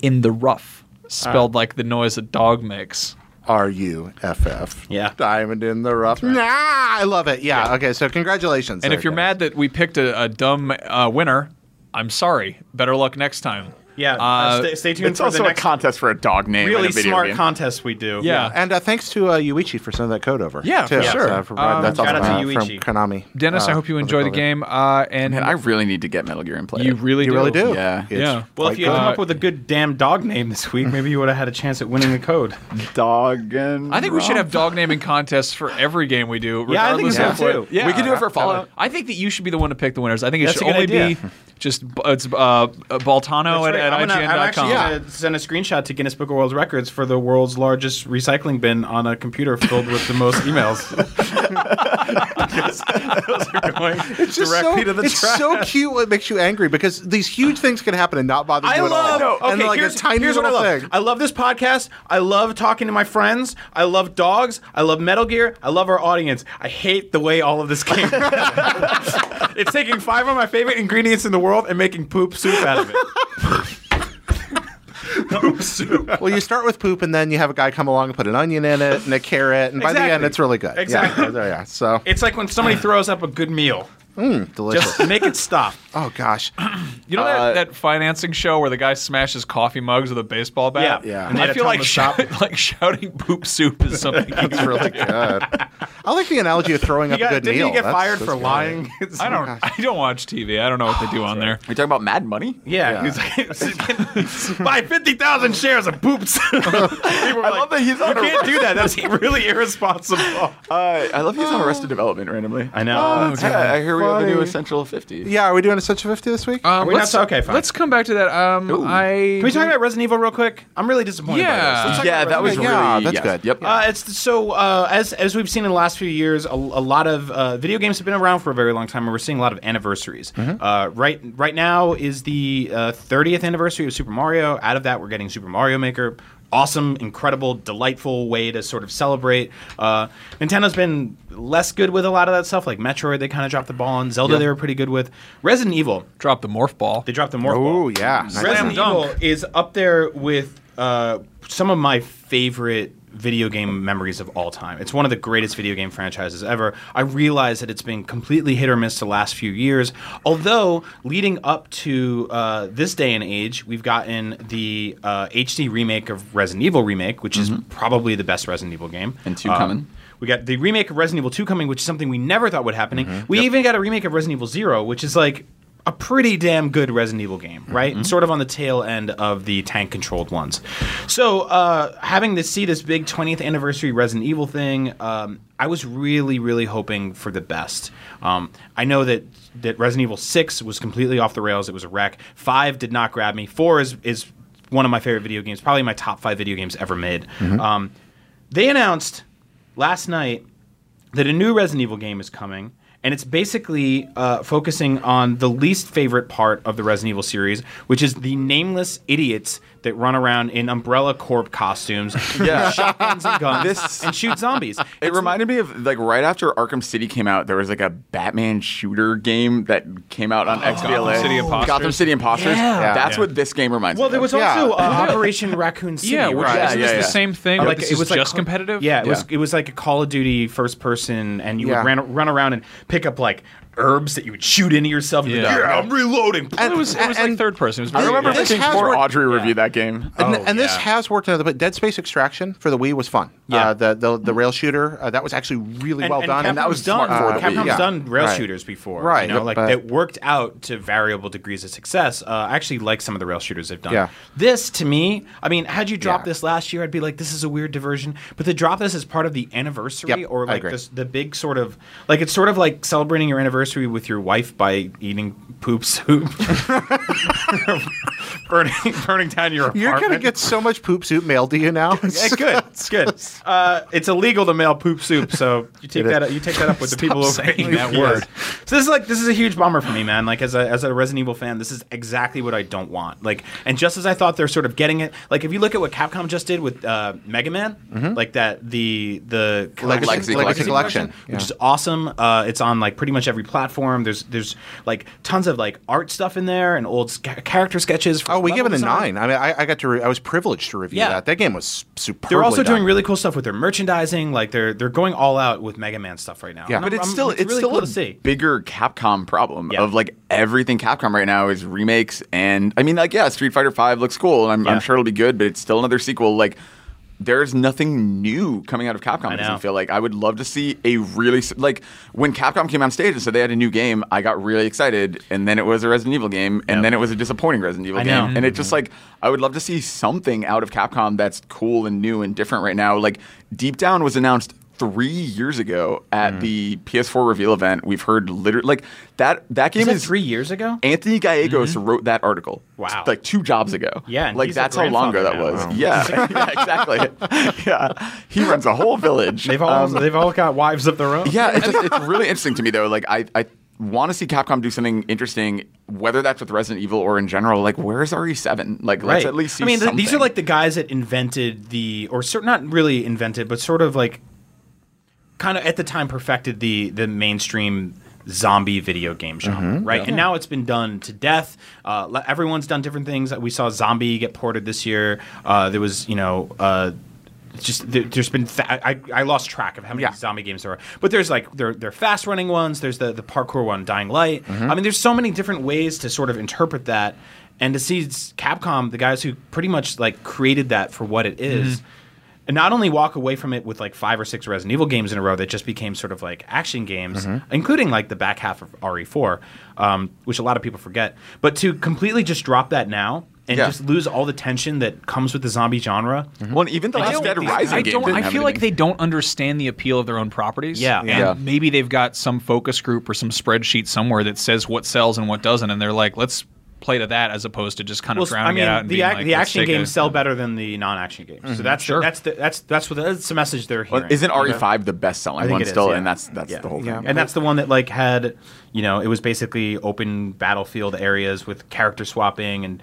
in the rough, Ah. spelled like the noise a dog makes. R U F F. Yeah. Diamond in the rough. Nah, I love it. Yeah. Okay. So congratulations. And there, if you're guys. mad that we picked a, a dumb uh, winner, I'm sorry. Better luck next time. Yeah, uh, Uh, stay, stay tuned It's for also the a next contest for a dog name. in really a video smart game. contest we do. Yeah. And uh, thanks to uh, Yuichi for sending that code over. Yeah, too. for sure. Uh, for providing Um, that shout out uh, to Yuichi. from Konami. Dennis, I Uh, hope you what do they enjoy the call it? game. Uh, and Man, I really need to get Metal Gear and play you it. really You do. really do. Yeah. It's Yeah. Well, quite if you good. had come Uh, up with a good damn dog name this week, maybe you would have had a chance at winning the code. Dog and I think we should have Rob. dog naming contests for every game we do. Yeah, I think regardless so, of what- too. Yeah, We could do it for Fallout. I think that you should be the one to pick the winners. I think it That's should a good only idea. be just b- it's uh, uh, Baltano at, That's at right. I'm, gonna- I'm IGN.com. actually going to send a screenshot to Guinness Book of World Records for the world's largest recycling bin on a computer filled with the most emails. Those are going It's just directly so, to the it's trash. so cute. It makes you angry because these huge things can happen and not bother you I at love. all. Okay, and they're like here's, a tiny here's what I little love. thing. I love this podcast. I love talking to my friends. I love dogs. I love Metal Gear. I love our audience. I hate the way all of this came. it's taking five of my favorite ingredients in the world and making poop soup out of it. poop soup. well, you start with poop, and then you have a guy come along and put an onion in it and a carrot, and by the Exactly. end, it's really good. Exactly. Yeah, there you are. So It's like when somebody throws up a good meal. delicious. Just make it stop. oh gosh. You know that, Uh, that financing show where the guy smashes coffee mugs with a baseball bat? Yeah. Yeah. And they had I to feel tell him like to shout, stop. like shouting poop soup is something. he's It's really good. I like the analogy of throwing You up got- a good didn't meal. you get That's- fired that's for good. Oh lying? I don't. I don't watch TV. I don't know what they Oh, do on there. Are you talking about Mad Money? Yeah, he was like, buy fifty thousand shares of poops. I love that he's on You a- can't do that. That's really Um, irresponsible. Uh, I love he's on Arrested Development randomly. I know. Uh, That's yeah, I hear we have a new funny. Essential 50. Yeah, are we doing a such a fifty this week? Um, we let's, not- okay, fine. Let's come back to that. Um, I Can we talk about Resident Evil real quick? I'm really disappointed. Yeah. by this. Let's talk Yeah, about that was Resident really Evil. Yeah, that's good. Yep. Uh, it's so uh, as as we've seen in the last few years, a, a lot of uh, video games have been around for a very long time, and we're seeing a lot of anniversaries. Uh, right right now is the uh, 30th anniversary of Super Mario. Out of that, we're getting Super Mario Maker. Awesome, incredible, delightful way to sort of celebrate. Uh, Nintendo's been less good with a lot of that stuff, like Metroid. They kind of dropped the ball on Zelda. They were pretty good with Resident Evil. drop the morph ball. They dropped the morph Oh ball. yeah. Nice. Resident Evil is up there with uh, some of my favorite video game memories of all time. It's one of the greatest video game franchises ever. I realize that it's been completely hit or miss the last few years. Although leading up to uh, this day and age, we've gotten the uh, HD remake of Resident Evil remake, which is probably the best Resident Evil game. Mm-hmm. And two Uh, coming. we got the remake of Resident Evil 2 coming, which is something we never thought would happening. We even got a remake of Resident Evil 0, which is like a pretty damn good Resident Evil game, right? And sort of on the tail end of the tank controlled ones. So, uh, having to see this big 20th anniversary Resident Evil thing, um, I was really, really hoping for the best. Um, I know that, that Resident Evil 6 was completely off the rails, it was a wreck. 5 did not grab me. 4 is, is one of my favorite video games, probably my top five video games ever made. Um, they announced last night that a new Resident Evil game is coming, and it's basically uh, focusing on the least favorite part of the Resident Evil series, which is the nameless idiots that run around in Umbrella Corp costumes, Yeah. with shotguns and guns, This- and shoot zombies. It reminded me of like right after Arkham City came out, there was like a Batman shooter game that came out on XBLA. City Imposters. Gotham City Imposters. Yeah. That's what this game reminds well, me. there of. was also uh, Operation Raccoon City. yeah, which right? Yeah, isn't yeah, this yeah. the same thing? Uh, but this is just co- competitive. Yeah, it was Yeah. it was like a Call of Duty first person, and you Yeah. would ran, run around and pick up like herbs that you would shoot into yourself. And be like, Yeah. yeah. I'm reloading. It was, it was like And- third person. It was I really remember good. This seeing has poor worked- Audrey review that game. And, Oh, and this yeah. has worked another, but Dead Space Extraction for the Wii was fun. Yeah. Uh, the, the the rail shooter uh, that was actually really well done, Capcom's that was done. smart for the Wii, Capcom's yeah. done rail Right. shooters before, Right, You know, like but- that worked out to variable degrees of success. Uh, I actually like some of the rail shooters they've done. Yeah. This to me, I mean, had you dropped Yeah. this last year, I'd be like, this is a weird diversion. But to drop this as part of the anniversary Yep, or I like agree. this, the big sort of like it's sort of like celebrating your anniversary anniversary with your wife by eating poop soup, burning burning down your apartment. You're gonna get so much poop soup mail to you now. It's good. It's good. Uh, it's illell to mail poop soup, so you take that you take that up with the people over saying at that AWS. word. So this is like this is a huge bummer for me, man. Like as a as a Resident Evil fan, this is exactly what I don't want. Like and just as I thought they're sort of getting it, like if you look at what Capcom just did with uh, Mega Man, like that the the Legacy- Legacy Collection. which Yeah. is awesome. Uh, it's on like pretty much every platform. There's there's like tons of like art stuff in there and old sca- character sketches. For Oh, we give level it a design. nine. I mean, I, I got to. Re- I was privileged to review Yeah. that. That game was superb. They're also doing really cool stuff with their merchandising. Like they're they're going all out with Mega Man stuff right now. Yeah. And But I'm- it's I'm- still it's, really still cool a to see. bigger Capcom problem Yeah. of like everything Capcom right now is remakes and I mean like yeah Street Fighter Five looks cool and I'm, Yeah. I'm sure it'll be good but it's still another sequel like there's nothing new coming out of Capcom I it know. doesn't feel like I would love to see a really s- like when Capcom came on stage and said they had a new game I got really excited and then it was a Resident Evil game and then it was a disappointing Resident Evil I know. game and it just like I would love to see something out of Capcom that's cool and new and different right now. Like Deep Down was announced three years ago Mm. at the PS4 reveal event. We've heard literally like that that game Was that is three years ago? Mm-hmm. Anthony Gallegos wrote that article. Wow. Like two jobs ago. Yeah, and Like he's a that's how long ago that grandfather now. was. Yeah. yeah, exactly. yeah. He runs a whole village. They've all Um, they've all got wives of their own. yeah, it's, just, it's really interesting to me though. Like I, I want to see Capcom do something interesting, whether that's with Resident Evil or in general. Like where's RE7? E Like let's at least see. I mean, th- something. these are like the guys that invented the, or cer not really invented, but sort of like, kind of at the time perfected the the mainstream zombie video game genre, Mm-hmm. right? And now it's been done to death. Uh, le- everyone's done different things. We saw Zombie get ported this year. Uh, there was, you know. Uh, just there, there's been th- I, I lost track of how many Yeah. zombie games there are, but there's like there there are fast running ones. There's the the parkour one, Dying Light. I mean, there's so many different ways to sort of interpret that, and to see s- Capcom, the guys who pretty much like created that for what it is, and not only walk away from it with like five or six Resident Evil games in a row that just became sort of like action games, including like the back half of RE4, um, which a lot of people forget, but to completely just drop that now. And Yeah. just lose all the tension that comes with the zombie genre. Well, even the I Last don't Dead think- Rising I game don't. didn't I have feel like anything. they don't understand the appeal of their own properties. Yeah. and Yeah. Maybe they've got some focus group or some spreadsheet somewhere that says what sells and what doesn't, and they're like, let's play to that as opposed to just kind of Well, drowning I mean, it out. And the, being ac- like, the "Let's action take a- Mm-hmm. games sell better than the non-action games. So that's Sure. the, that's the, that's that's what the, that's the message they're hearing. Well, isn't RE5 the best selling think one it is, still? yeah. And that's that's the whole thing. Yeah. and that's the one that like had you know it was basically open battlefield areas with character swapping and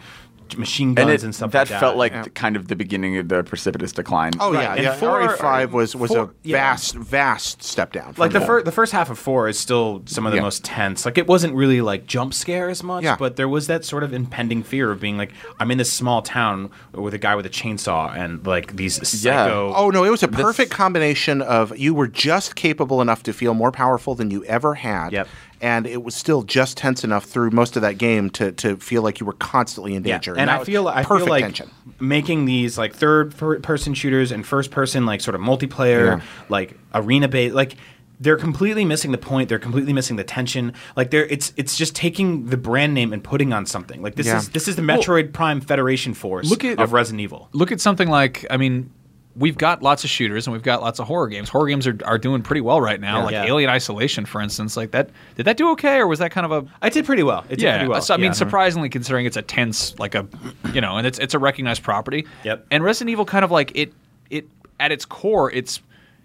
machine guns And, and, it, stuff. that like that felt like Yeah. the- kind of the beginning of the precipitous decline. Oh Right, yeah, and yeah. four- RE five was was four- a yeah. vast vast step down. from like the four. first the first half of four is still some of the Yeah. most tense. Like it wasn't really like jump scare as much, Yeah. but there was that sort of impending fear of being like I'm in this small town with a guy with a chainsaw and like these Yeah. psycho. Oh no, it was a perfect combination of you were just capable enough to feel more powerful than you ever had. Yep. And it was still just tense enough through most of that game to, to feel like you were constantly in Yeah, danger. And, that I was feel I feel perfect like tension. making these like third per- person shooters and first person like sort of multiplayer like arena based like they're completely missing the point. They're completely missing the tension. Like they're it's it's just taking the brand name and putting on something. Like this Yeah. is this is the Metroid Prime Federation Force look at- of Resident Evil. look at something like I mean, we've got lots of shooters and we've got lots of horror games. Horror games are, are doing pretty well right now. Yeah. Like Yeah. Alien Isolation, for instance, like that did that do okay or was that kind of a I did pretty well. It did yeah, pretty well. so, I mean, Yeah. surprisingly, considering it's a tense, like a, you know, and it's it's a recognized property. Yep. And Resident Evil kind of like it, it at its core, it's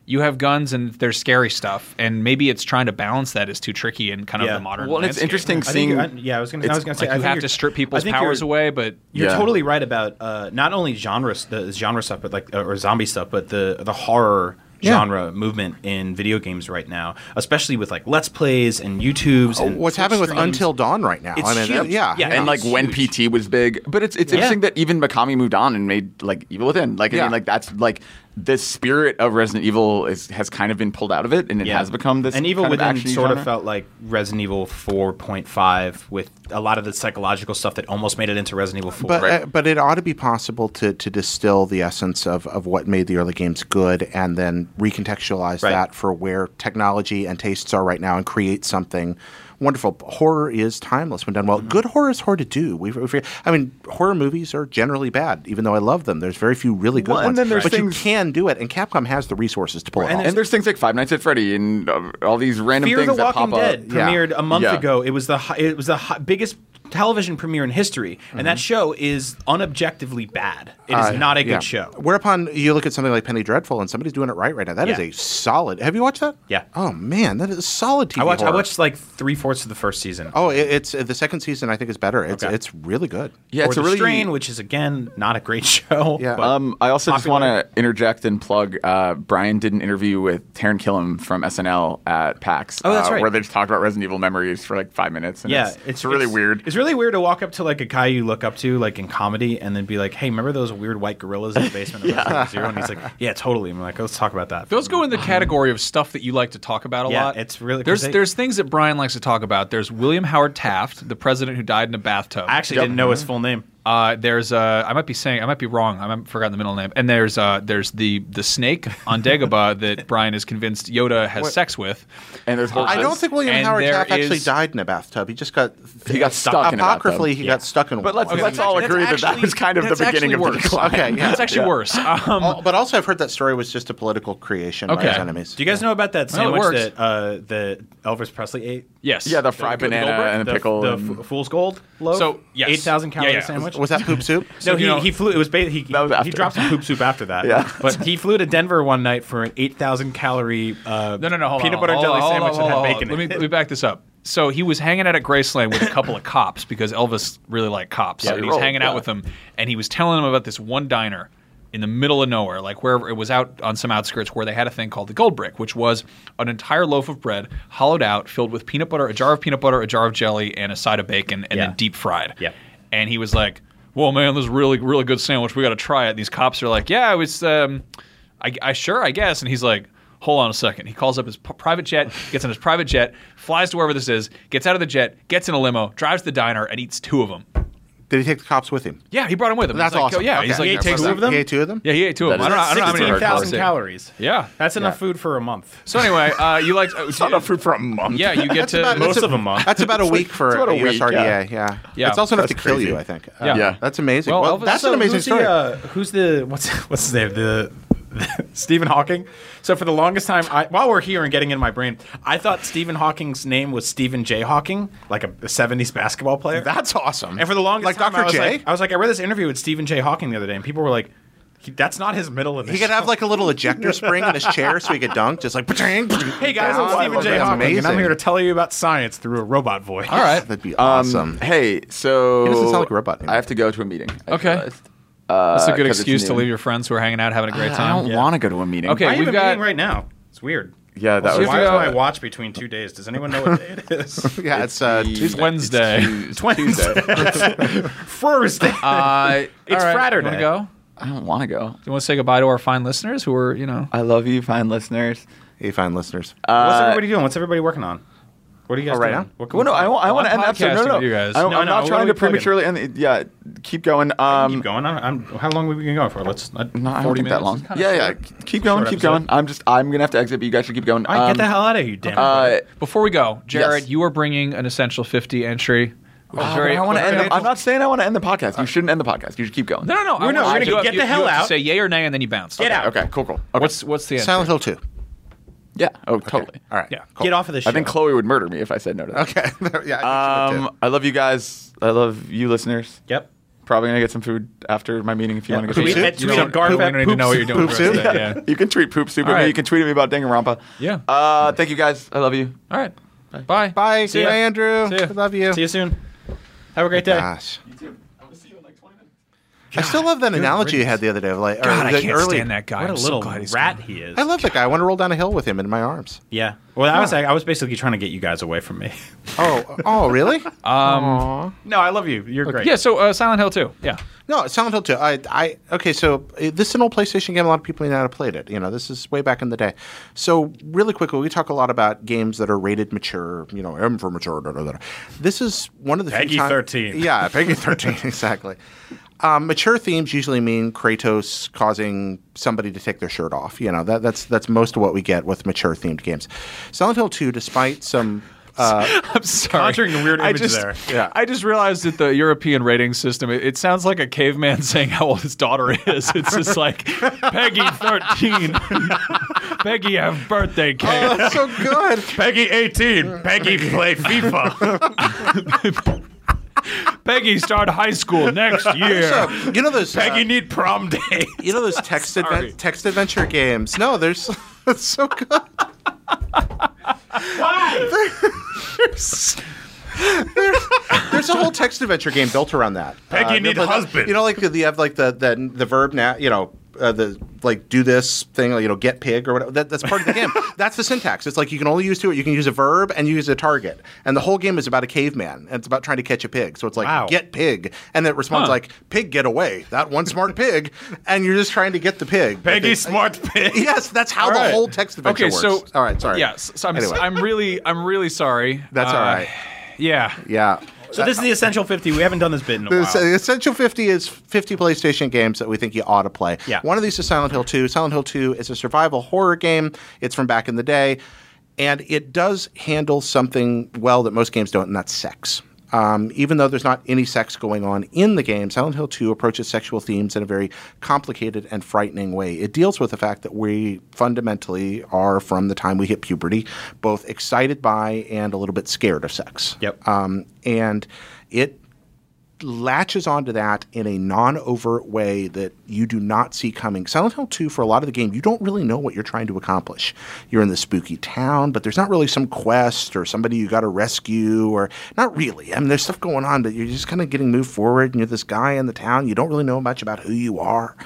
you have guns and there's scary stuff, and maybe it's trying to balance that is too tricky in kind of Yeah. the modern. Well, and it's landscape. interesting I think uh, seeing. you're- I- yeah, I was gonna. I it's- was gonna say Like I you think have you're- to strip I people's think you're- powers away, but You're Yeah. totally right about uh, not only genres, the genre stuff, but like uh, or zombie stuff, but the the horror Yeah. genre movement in video games right now, especially with like let's plays and YouTubes. Oh, and What's Twitch happening with streams. Until Dawn right now? It's I mean, huge. yeah, Yeah, and like when PT was big, but it's it's interesting that even Mikami moved on and made like Evil Within. Like I Yeah. mean, like that's like the spirit of Resident Evil is has kind of been pulled out of it, and it Yeah. has become this. And Evil kind Within action sort genre. of felt like Resident Evil 4.5 with a lot of the psychological stuff that almost made it into Resident Evil 4. But Right. uh, but it ought to be possible to to distill the essence of, of what made the early games good and then recontextualize Right. that for where technology and tastes are right now and create something wonderful. Horror is timeless when done Mm-hmm. well. Good horror is hard to do. We, we, forget- I mean, horror movies are generally bad, even though I love them. There's very few really good Well, and ones. then there's but things- you can do it, and Capcom has the resources to pull it off. And there's things like Five Nights at Freddy and uh, all these random Fear things the that Walking pop Dead up. Yeah. premiered a month Yeah. ago. It was the hi- it was the hi- biggest television premiere in history, and Mm-hmm. that show is unobjectively bad. It is Uh, not a good yeah. show. Whereupon you look at something like Penny Dreadful, and somebody's doing it right right now. That is Yeah. a solid. Have you watched that? Yeah. Oh man, that is solid TV. I watched I horror. watched like three fourths of the first season. Oh, it, it's uh, the second season. I think is better. It's Okay. it's really good. Yeah, or it's the a really strain, which is again not a great show. Yeah. but- Um, I also just want popular. to interject and plug. Uh, Brian did an interview with Taron Killam from SNL at PAX. Oh, that's uh, right. Where they just talked about Resident Evil memories for like five minutes. And yeah, it's, it's really weird. It's really weird to walk up to like a guy you look up to, like in comedy, and then be like, "Hey, remember those weird white gorillas in the basement of Resident Evil Zero? And he's like, "Yeah, totally." I'm like, "Let's talk about that." Those go in the category of stuff that you like to talk about a Yeah, lot. it's really- 'cause there's they- there's things that Brian likes to talk about. There's William Howard Taft, the president who died in a bathtub. I actually didn't know his full name. Uh, there's uh, I might be saying I might be wrong. I might forgotten the middle name. And there's uh, there's the the snake on Dagobah that Brian is convinced Yoda has sex with. and there's I don't think William And Howard there Taft actually is- died in a bathtub. He just got He got stuck in a bathtub. apocryphally. He got stuck in. But one. let's let's all That's agree that that actually- was kind of the that's beginning of actually the worse. decline. Okay, yeah. That's actually Yeah. worse. Um, Al- but also, I've heard that story was just a political creation by Okay. his enemies. Do you guys know about that Well, it sandwich works. that uh, the Elvis Presley ate? yes. Yeah, the fried banana Goldberg? and the the pickle. the and- f- fool's gold loaf. So, yes. eight thousand Yeah, calorie yeah. sandwich. was that poop soup? no, he, you know- he flew. It was ba- he That was after. he dropped some poop soup after that. Yeah. but he flew to Denver one night for an eight thousand calorie uh, No, no, no. Hold peanut on, butter hold jelly on, hold on, sandwich hold on, that hold had on. bacon. Let in me, it. let me back this up. So he was hanging out at Graceland with a couple of cops because Elvis really liked cops. Yeah, and he he was rolled, hanging out yeah. with them, and he was telling them about this one diner in the middle of nowhere, like wherever it was out on some outskirts where they had a thing called the gold brick, which was an entire loaf of bread hollowed out, filled with peanut butter, a jar of peanut butter, a jar of jelly, and a side of bacon, and Yeah. then deep fried. Yeah. And he was like, "Whoa, man, this is really, really good sandwich. We got to try it." And these cops are like, "Yeah, it was. Um, I, I sure, I guess." And he's like, "Hold on a second. He calls up his p- private jet, gets on his private jet, flies to wherever this is, gets out of the jet, gets in a limo, drives to the diner, and eats two of them. Did he take the cops with him? Yeah, he brought them with him. That's he's like, awesome. "Oh, yeah, Okay. he's like, He he ate takes two them. of He ate two of them. Yeah, he ate two of That them. I don't, know- I don't know how many Sixteen he ate. thousand thousand calories. Yeah. that's enough food for a month. So anyway, uh, you like? Uh, Not enough food for a month. yeah, you get to. about- Most of a month. That's about a week for about a, a US week, RDA. Yeah. Yeah. it's also enough to That's kill crazy. you. I think. Uh, Yeah. Yeah. that's amazing. Well, Well, Elvis- that's So an amazing who's story. The, uh, who's the what's what's his name? The, Stephen Hawking. So for the longest time, I, while we're here and getting in my brain, I thought Stephen Hawking's name was Stephen J. Hawking, like a, a '70s basketball player. that's awesome. and for the longest like time, Dr. I was J. like, I was like, I read this interview with Stephen J. Hawking the other day, and people were like, he- "That's not his middle He initial." could have like a little ejector spring in his chair so he could dunk, just like. Hey guys, I'm Stephen J. Hawking, and I'm here to tell you about science through a robot voice. all right. That'd be Um, awesome. Hey, so He doesn't sound like a robot anymore. I have to go to a meeting. I Okay. realized. That's a Uh, good 'cause it's excuse to noon. leave your friends who are hanging out having a great I time. don't want to go to a meeting. Okay. I have we've a got- meeting right now. It's weird. Yeah, that Also, was. why is uh, my watch between two days? Does anyone know what day it is? Yeah, it's uh, the- Tuesday. Wednesday. It's Tuesday. Thursday. Uh, It's all Fratter You want Day. to go? I don't want to go. You want to say goodbye to our fine listeners who are, you know, I love you, fine listeners. Uh, Hey, fine listeners. What's everybody doing? What's everybody working on? What are you guys right doing? now? What can Oh, Well, no, we I, plug? wa- I Well, want to I'm end the episode. No, podcasting no, with you guys. I, am No, no, not what trying are to we plugging? prematurely end. it. Yeah, keep going. keep Um, going. I'm, I'm, how long have we been going for? Let's. I, no, I don't 40 think minutes that long. is kinda Yeah, yeah. Keep going. Short Keep episode. going. I'm just. I'm gonna have to exit, but you guys should keep going. All right, Um, get the hell out of here, damn. Uh, Before we go, Jared, Yes. you are bringing an essential 50 entry. Which is oh, but I want to very end. The, I'm financial- not saying I want to end the podcast. You shouldn't end the podcast. You should keep going. No, no, no. We're I not. want We're you to- gonna get you- the hell you have to out. say yay or nay, and then you bounce. Get out. Okay, cool, cool. Okay. What's what's the answer? Silent Hill Two. yeah? Oh, totally. All right. Yeah. Get off of this. Show. I think Chloe would murder me if I said no to that. Okay. yeah. I think so, too. Um, I love you guys. I love you, listeners. Yep. Probably gonna get some food after my meeting if you want to Tweet get some at food. You don't, tweet at you don't need to know what you're Garfet. doing. Poops. for the rest of Poops. the day, Yeah. You can tweet poop soup at All me. right. You can tweet at me about Danganronpa. Yeah. Uh, thank you guys. I love you. All right. Bye. Bye. See ya. Bye, Andrew. See ya. I Love you. See you soon. Have a great day. Gosh. I still love that analogy you had the other day. of Like, God, or I the can't early- stand that guy. What a I'm so little glad he's rat gone. he is. I love that guy. I want to roll down a hill with him in my arms. Yeah. Well, I was I was basically trying to get you guys away from me. Oh, oh, really? no, I love you. You're great. Yeah. So uh, Silent Hill 2. Yeah. No, Silent Hill 2. I, I, okay, so uh, this is an old PlayStation game. A lot of people know how to play it. You know, this is way back in the day. So, really quickly, we talk a lot about games that are rated mature, you know, M for mature. Da, da, da. This is one of the few Peggy time- 13. Yeah, Peggy 13, exactly. Um, mature themes usually mean Kratos causing somebody to take their shirt off. You know, that, that's, that's most of what we get with mature themed games. Silent Hill 2, despite some uh, I'm sorry. Conjuring a weird I image just, there. Yeah. I just realized that the European rating system, it, it sounds like a caveman saying how old his daughter is. It's just like, Peggy 13. Peggy have birthday cake. that's so good. Peggy 18. Peggy play FIFA. Peggy start high school next year. So, you know those uh, need prom day. you know those text Sorry. adven- text adventure games. No, there's that's so good. There's a whole text adventure game built around that. Peggy you need know, husband. You know, like you have like the the, the verb now. You know, uh, the like do this thing. You know, get pig or whatever. That, that's part of the game. that's the syntax. It's like you can only use two. You can use a verb and you use a target. And the whole game is about a caveman. And it's about trying to catch a pig. So it's like Wow. get pig, and it responds Huh. like pig get away. That one smart pig, and you're just trying to get the pig. Peggy smart pig. Yes, that's how All the right. whole text adventure Okay, works. so all right, sorry. Yes, so I'm, Anyway. I'm really, I'm really sorry. that's Uh, all right. Yeah, Yeah. So this is the essential 50. We haven't done this bit in a The while. the Essential 50 is 50 PlayStation games that we think you ought to play. Yeah. One of these is Silent Hill 2. Silent Hill 2 is a survival horror game. It's from back in the day, and it does handle something well that most games don't, and that's sex. Um, even though there's not any sex going on in the game, Silent Hill 2 approaches sexual themes in a very complicated and frightening way. It deals with the fact that we fundamentally are, from the time we hit puberty, both excited by and a little bit scared of sex. Yep. Um, and it latches onto that in a non-overt way that you do not see coming. Silent Hill 2 for a lot of the game, you don't really know what you're trying to accomplish. You're in the spooky town, but there's not really some quest or somebody you got to rescue or not really. I mean, there's stuff going on, but you're just kind of getting moved forward and you're this guy in the town, you don't really know much about who you are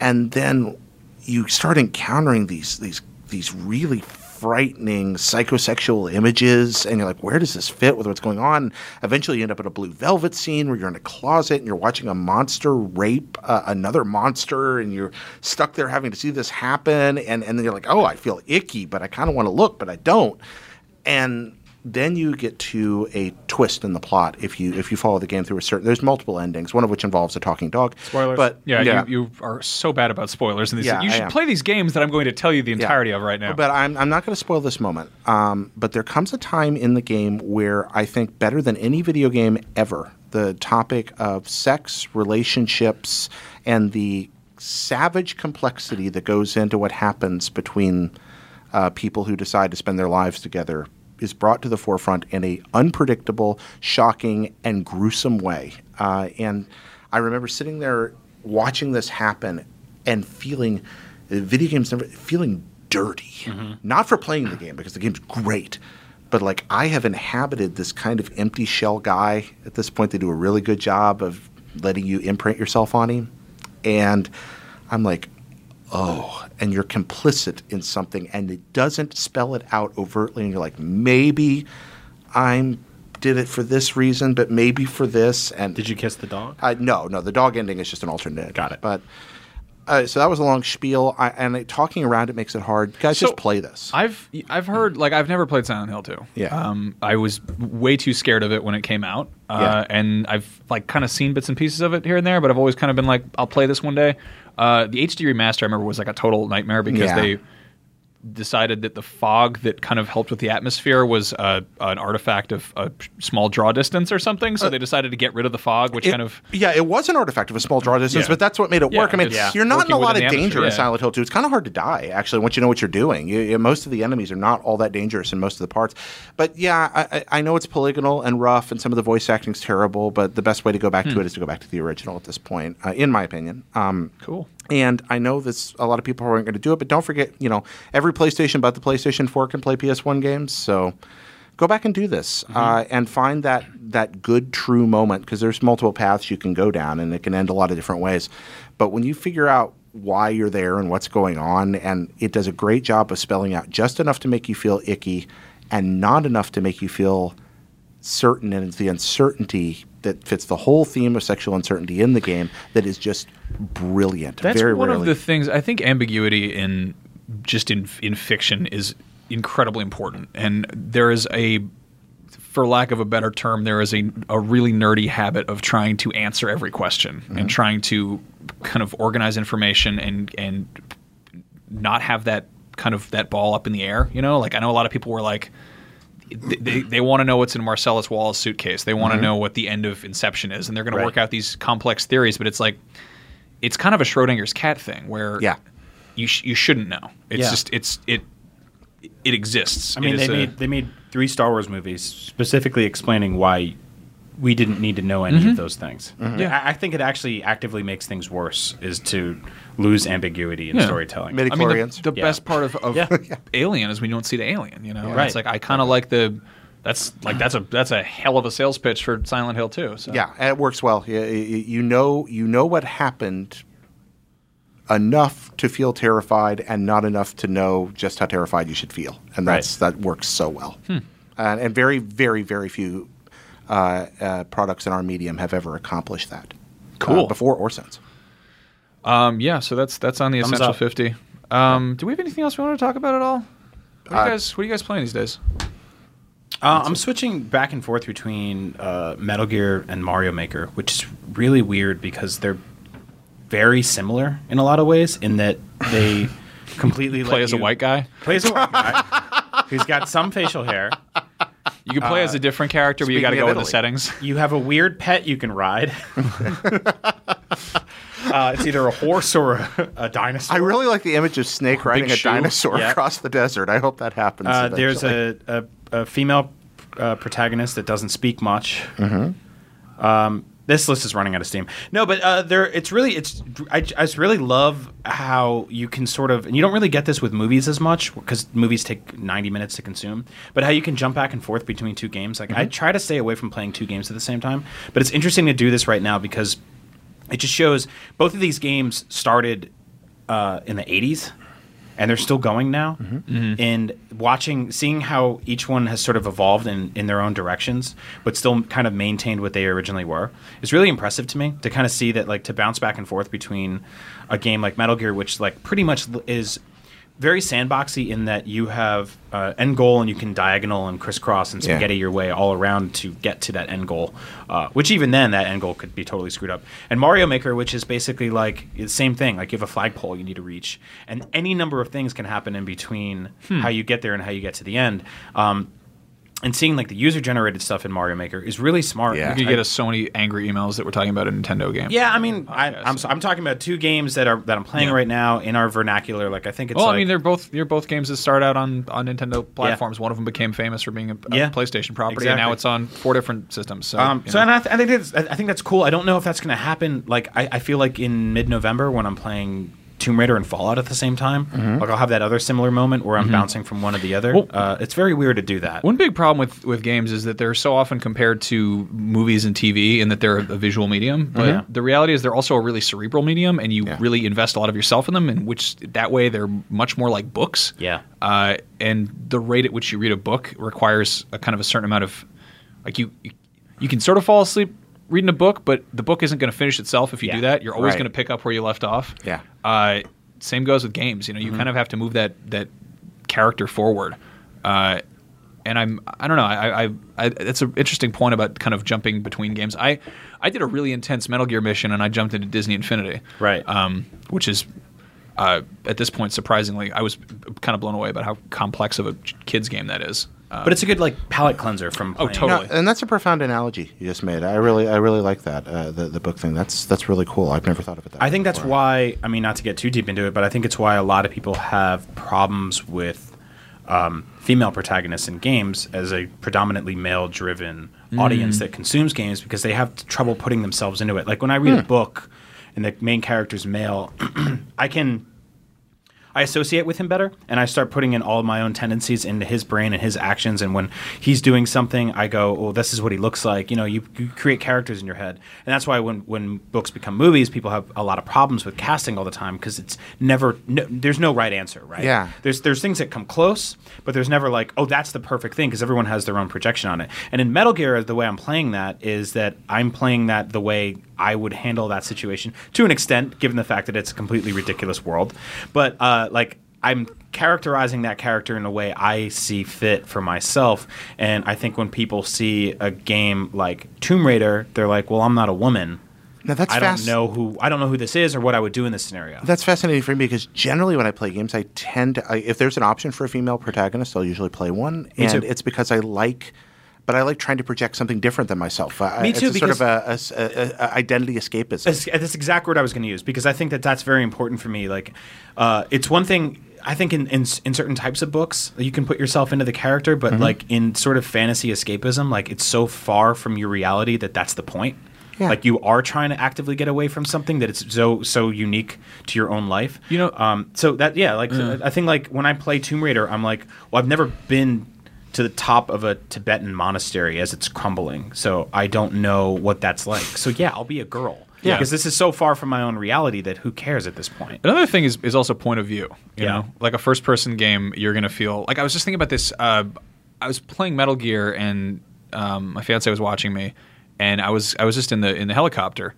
and then you start encountering these these these really frightening psychosexual images and you're like where does this fit with what's going on eventually you end up at a blue velvet scene where you're in a closet and you're watching a monster rape uh, another monster and you're stuck there having to see this happen and and then you're like oh i feel icky but i kind of want to look but i don't and then you get to a twist in the plot if you if you follow the game through a certain there's multiple endings one of which involves a talking dog spoilers but yeah. You, you are so bad about spoilers, and these. Yeah, you I should am. play these games that I'm going to tell you the Yeah. entirety of right now. But I'm, I'm not going to spoil this moment. Um, but there comes a time in the game where I think better than any video game ever, the topic of sex, relationships, and the savage complexity that goes into what happens between uh, people who decide to spend their lives together is brought to the forefront in a unpredictable, shocking, and gruesome way. Uh, and I remember sitting there watching this happen and feeling uh, video games never feeling dirty. Mm-hmm. Not for playing the game because the game's great, but like I have inhabited this kind of empty shell guy. At this point, they do a really good job of letting you imprint yourself on him, and I'm like, oh, and you're complicit in something, and it doesn't spell it out overtly, and you're like, maybe I'm did it for this reason, but maybe for this, and Did you kiss the dog? uh, no, no. The dog ending is just an alternate. Got it. But uh, so that was a long spiel, I, and it, talking around it makes it hard. Guys, So- just play this. I've I've heard like I've never played Silent Hill 2. Yeah. Um, I was way too scared of it when it came out. Uh, and I've like kind of seen bits and pieces of it here and there, but I've always kind of been like, I'll play this one day. Uh, the HD remaster I remember was like a total nightmare because Yeah. they decided that the fog that kind of helped with the atmosphere was uh, an artifact of a small draw distance or something. So they decided to get rid of the fog, which Uh, It- kind of yeah, it was an artifact of a small draw distance, Yeah. but that's what made it Yeah, work. I mean, it's you're not in working a lot of within the danger atmosphere, in yeah. Silent Hill 2. It's kind of hard to die, actually, once you know what you're doing. You, you- most of the enemies are not all that dangerous in most of the parts. But yeah, I, I- I know it's polygonal and rough, and some of the voice acting's terrible, but the best way to go back Hmm. to it is to go back to the original at this point, uh, in my opinion. Um, cool. And I know this. A lot of people aren't going to do it, but don't forget, you know, every PlayStation but the PlayStation 4 can play PS1 games. So go back and do this uh, and find that that good true moment because there's multiple paths you can go down, and it can end a lot of different ways. But when you figure out why you're there and what's going on, and it does a great job of spelling out just enough to make you feel icky, and not enough to make you feel certain and it's the uncertainty that fits the whole theme of sexual uncertainty in the game that is just brilliant. That's Very one rarely. of the things I think ambiguity in just in in fiction is incredibly important, and there is a for lack of a better term, there is a, a really nerdy habit of trying to answer every question Mm-hmm. and trying to kind of organize information and and not have that kind of that ball up in the air. You know, like I know a lot of people were like, they, they want to know what's in Marcellus Wallace's suitcase. They Mm-hmm. want to know what the end of Inception is, and they're going to work out these complex theories. But it's like, it's kind of a Schrodinger's cat thing where Yeah. you sh- you shouldn't know. It's Yeah. just it's it it exists. I mean, It they is a- made they made three Star Wars movies specifically explaining why we didn't need to know any of those things. Yeah. I, I think it actually actively makes things worse is to lose ambiguity in Yeah. storytelling. Midi- I mean, the, Chlorians. the Yeah. best part of, of Yeah. Alien is we don't see the alien. You know, And It's Right. like I kind of like the. That's like that's a that's a hell of a sales pitch for Silent Hill too. So. Yeah, and it works well. You, you know, you know what happened enough to feel terrified, and not enough to know just how terrified you should feel, and that's that works so well. Hmm. Uh, And, and very, very, very few uh, uh, products in our medium have ever accomplished that. Cool. uh, before or since. Um. Yeah. So that's that's on the Thumbs essential up. fifty. Um. Do we have anything else we want to talk about at all? What are you guys What are you guys playing these days? Uh, I'm switching back and forth between uh, Metal Gear and Mario Maker, which is really weird because they're very similar in a lot of ways. In that they completely Play let as a you- white guy. Play as a white guy who's got some facial hair. You can play as Uh, a different character, but you got to speaking go of in the Italy. settings. You have a weird pet you can ride. uh, it's either a horse or a, a dinosaur. I really like the image of Snake riding a shoe. dinosaur Yeah. across the desert. I hope that happens. Uh, there's eventually. a, a, a female uh, protagonist that doesn't speak much. Um, this list is running out of steam. No, but uh, there, it's really, it's, I, I just really love how you can sort of, and you don't really get this with movies as much because movies take 90 minutes to consume, but how you can jump back and forth between two games. Like I try to stay away from playing two games at the same time, but it's interesting to do this right now because it just shows both of these games started uh, in the 80s and they're still going now and watching seeing how each one has sort of evolved in, in their own directions but still kind of maintained what they originally were is really impressive to me to kind of see that like to bounce back and forth between a game like metal gear which like pretty much l- is very sandboxy in that you have uh, end goal and you can diagonal and crisscross and Yeah. spaghetti your way all around to get to that end goal. Uh, which even then, that end goal could be totally screwed up. And Mario Maker, which is basically like the same thing. Like you have a flagpole you need to reach, and any number of things can happen in between Hmm. how you get there and how you get to the end. Um, and seeing like the user generated stuff in Mario Maker is really smart. Yeah. You could get us so many angry emails that we're talking about a Nintendo game. Yeah, I mean, I, Podcast. I'm, so- I'm talking about two games that are that I'm playing Yeah. right now in our vernacular. Like I think it's Well, like, I mean, they're both they're both games that start out on, on Nintendo platforms. One of them became famous for being a, a Yeah. PlayStation property, and now Exactly. it's on four different systems. So, Um, you so know. and I, th- I think that's, I I think that's cool. I don't know if that's going to happen. Like I, I feel like in mid-November when I'm playing Tomb Raider and Fallout at the same time, like I'll have that other similar moment where I'm bouncing from one to the other. Mm-hmm. Well- uh, it's very weird to do that. One big problem with, with games is that they're so often compared to movies and TV in that they're a visual medium. But the reality is they're also a really cerebral medium, and you Yeah. really invest a lot of yourself in them, and which that way they're much more like books. Yeah. Uh, and the rate at which you read a book requires a kind of a certain amount of, like you, you, you can sort of fall asleep reading a book, but the book isn't going to finish itself if you Yeah. do that. You're always Right. going to pick up where you left off. Yeah. Uh, same goes with games. You know, you kind of have to move that that character forward. Uh, and I'm I don't know I, I, I that's an interesting point about kind of jumping between games. I I did a really intense Metal Gear mission and I jumped into Disney Infinity, Right. Um, which is uh, at this point surprisingly I was kind of blown away about how complex of a kids game that is. Uh, but it's a good like palate cleanser from playing. totally. No, and that's a profound analogy you just made. I really, I really like that uh, the the book thing. That's that's really cool. I've never thought of it that. I way think that's before. why. I mean, not to get too deep into it, but I think it's why a lot of people have problems with um, female protagonists in games as a predominantly male-driven audience that consumes games because they have trouble putting themselves into it. Like when I read a book and the main character's male, I can. I associate with him better, and I start putting in all my own tendencies into his brain and his actions. And when he's doing something, I go, "Oh, this is what he looks like." You know, you, you create characters in your head, and that's why when when books become movies, people have a lot of problems with casting all the time because it's never no, there's no right answer, right? Yeah. There's there's things that come close, but there's never like, "Oh, that's the perfect thing," because everyone has their own projection on it. And in Metal Gear, the way I'm playing that is that I'm playing that the way I would handle that situation to an extent, given the fact that it's a completely ridiculous world. But uh, like I'm characterizing that character in a way I see fit for myself. And I think when people see a game like Tomb Raider, they're like, well, I'm not a woman. Now that's I don't fast- know who I don't know who this is or what I would do in this scenario. That's fascinating for me because generally when I play games, I tend to, I, if there's an option for a female protagonist, I'll usually play one, Me and too. it's because I like. But I like trying to project something different than myself. I, Me it's too, a sort of a- a s- a- a- a identity escapism. That's, that's the exact word I was going to use because I think that that's very important for me. Like, uh, it's one thing. I think in, in in certain types of books you can put yourself into the character, but Mm-hmm. like in sort of fantasy escapism, like it's so far from your reality that that's the point. Yeah. Like you are trying to actively get away from something that it's so so unique to your own life. You know- Mm. um, so that yeah, like I think like when I play Tomb Raider, I'm like, well, I've never been to the top of a Tibetan monastery as it's crumbling, so I don't know what that's like. So yeah, I'll be a girl. Yeah. Because this is so far from my own reality that who cares at this point? Another thing is is also point of view. You Yeah. know, like a first person game, you're gonna feel like I was just thinking about this. Uh, I was playing Metal Gear, and um, my fiance was watching me, and I was I was just in the in the helicopter,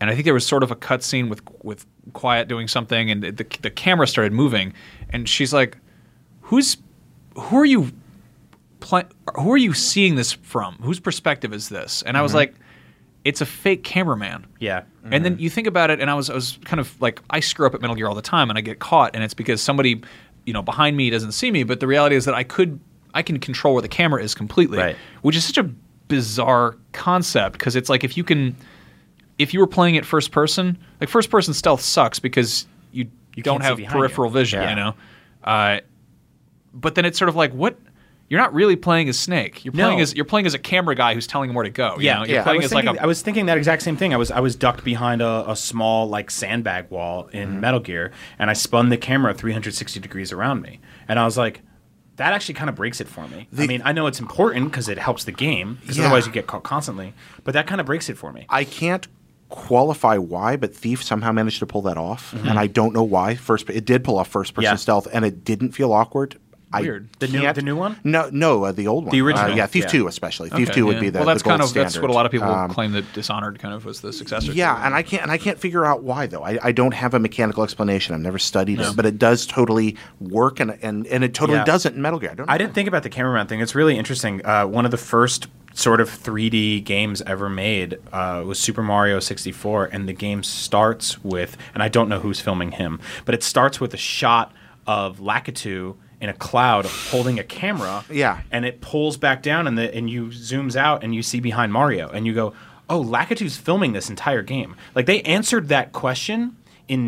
and I think there was sort of a cutscene with with Quiet doing something, and the the camera started moving, and she's like, "Who's who are you pl- who are you seeing this from? Whose perspective is this?" And I was like, "It's a fake cameraman." Yeah. Mm-hmm. And then you think about it, and I was I was kind of like I screw up at Metal Gear all the time, and I get caught, and it's because somebody, you know, behind me doesn't see me. But the reality is that I could I can control where the camera is completely, Right. which is such a bizarre concept because it's like if you can, if you were playing it first person, like first person stealth sucks because you You don't can't see have behind you. peripheral vision, Yeah. you know. Uh, but then it's sort of like what. You're not really playing as Snake. You're playing No. as you're playing as a camera guy who's telling him where to go. you know? You're yeah. I playing I was, as like thinking, a I was thinking that exact same thing. I was I was ducked behind a, a small like sandbag wall in Mm-hmm. Metal Gear, and I spun the camera 360 degrees around me, and I was like, that actually kind of breaks it for me. I mean, I know it's important because it helps the game, because Yeah. otherwise you get caught constantly. But that kind of breaks it for me. I can't qualify why, but Thief somehow managed to pull that off, Mm-hmm. and I don't know why. First, it did pull off first person Yeah. stealth, and it didn't feel awkward. Weird. The new- can't- the new one? No, no, uh, the old one. The original, Uh, yeah, Thief yeah. Two especially. Thief Okay, Two would yeah. be the well. That's the gold kind of that's what a lot of standard. people Um, claim that Dishonored kind of was the successor. Yeah, to. and I can't and I can't figure out why though. I, I don't have a mechanical explanation. I've never studied it, but it does totally work, and and, and it totally Yeah. doesn't in Metal Gear. I don't. Know I didn't think about the cameraman thing. It's really interesting. Uh, one of the first sort of 3D games ever made uh, was Super Mario 64, and the game starts with, and I don't know who's filming him, but it starts with a shot of Lakitu in a cloud holding a camera. Yeah. And it pulls back down, and the and you zooms out, and you see behind Mario, and you go, "Oh, Lakitu's filming this entire game." Like they answered that question. In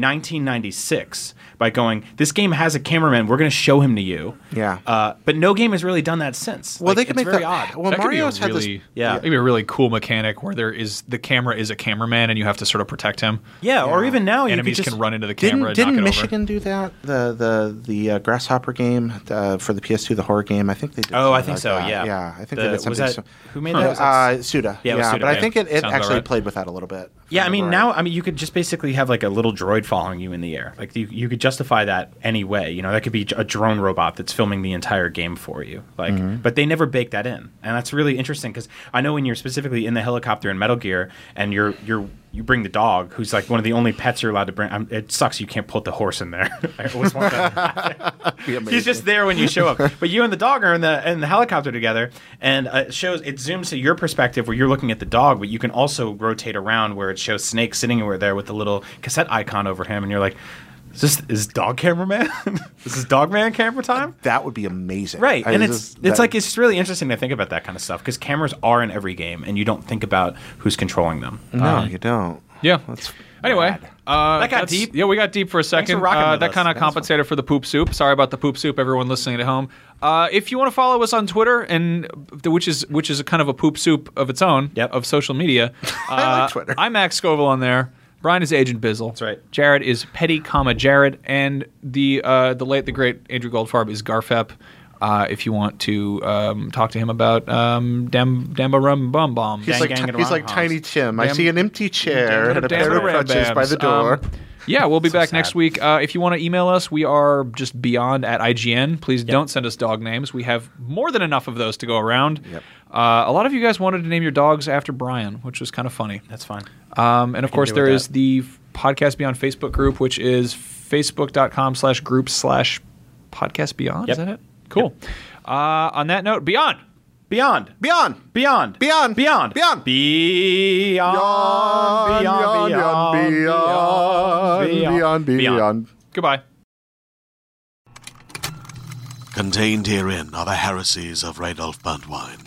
1996, by going, this game has a cameraman. We're going to show him to you. Yeah. Uh, but no game has really done that since. Well, Like, they can it's make very that- odd. well, That could be a Mario's had this- really, Yeah. Maybe a really cool mechanic where there is the camera is a cameraman and you have to sort of protect him. yeah, or even now you could enemies just, can run into the Didn't, camera. didn't and knock Michigan do that? The the the uh, grasshopper game uh, for the PS2, the horror game. I think they did. Oh, I something think so. like that. Yeah. Yeah, I think The- they did was something. that- so- who made that? Was that- Uh, Suda. Yeah, it was Suda, but I yeah. think it, it Sounds actually alright. played with that a little bit. if yeah, I mean remember now right. I mean you could just basically have like a little droid following you in the air. Like you, you could justify that any way. You know, that could be a drone robot that's filming the entire game for you. Like, Mm-hmm. but they never bake that in, and that's really interesting because I know when you're specifically in the helicopter in Metal Gear and you're you're you bring the dog, who's like one of the only pets you're allowed to bring. i it sucks you can't put the horse in there. I always want that. He's just there when you show up. But you and the dog are in the in the helicopter together, and uh, it shows it zooms to your perspective where you're looking at the dog, but you can also rotate around where it shows Snake sitting over there with the little cassette icon over him, and you're like, "Is this is dog cameraman? is this dog man camera time?" that would be amazing. Right, I and mean, it's this- it's that- like it's really interesting to think about that kind of stuff because cameras are in every game, and you don't think about who's controlling them. no, you don't. Yeah. anyway, uh, That got that's- deep. Yeah, we got deep for a second. for rocking Uh, with that us. kind of That was compensated for the poop soup. Sorry about the poop soup, everyone listening at home. Uh, if you want to follow us on Twitter, and which is which is a kind of a poop soup of its own Yep. of social media. like uh, Twitter. I'm Max Scoville on there. Brian is Agent Bizzle. That's right. Jared is Petty, comma Jared, and the uh, the late the great Andrew Goldfarb is Garfep. Uh, if you want to um, talk to him about um, Dam- Damba Rum Bum Bomb. He's Dang, like, gang, ti- and he's like roundhouse. Tiny Tim. I Damn- see an empty chair and a Damn pair of right, crutches by Babs. the door. Um, yeah, we'll be back sad. next week. Uh, if you want to email us, we are just beyond at IGN. Please don't send us dog names. We have more than enough of those to go around. Uh, a lot of you guys wanted to name your dogs after Brian, which was kind of funny. That's fine. Um, and of course, do there with is that. the podcast Beyond Facebook group, which is facebook.com slash group slash podcast beyond. Is Yep. that it? Cool. Uh, on that note, Beyond. Beyond. Beyond. Beyond. Beyond. Beyond. Beyond. Beyond. Beyond. Beyond. Beyond. beyond, beyond, beyond. Goodbye. Contained herein are the heresies of Radolf Buntwine,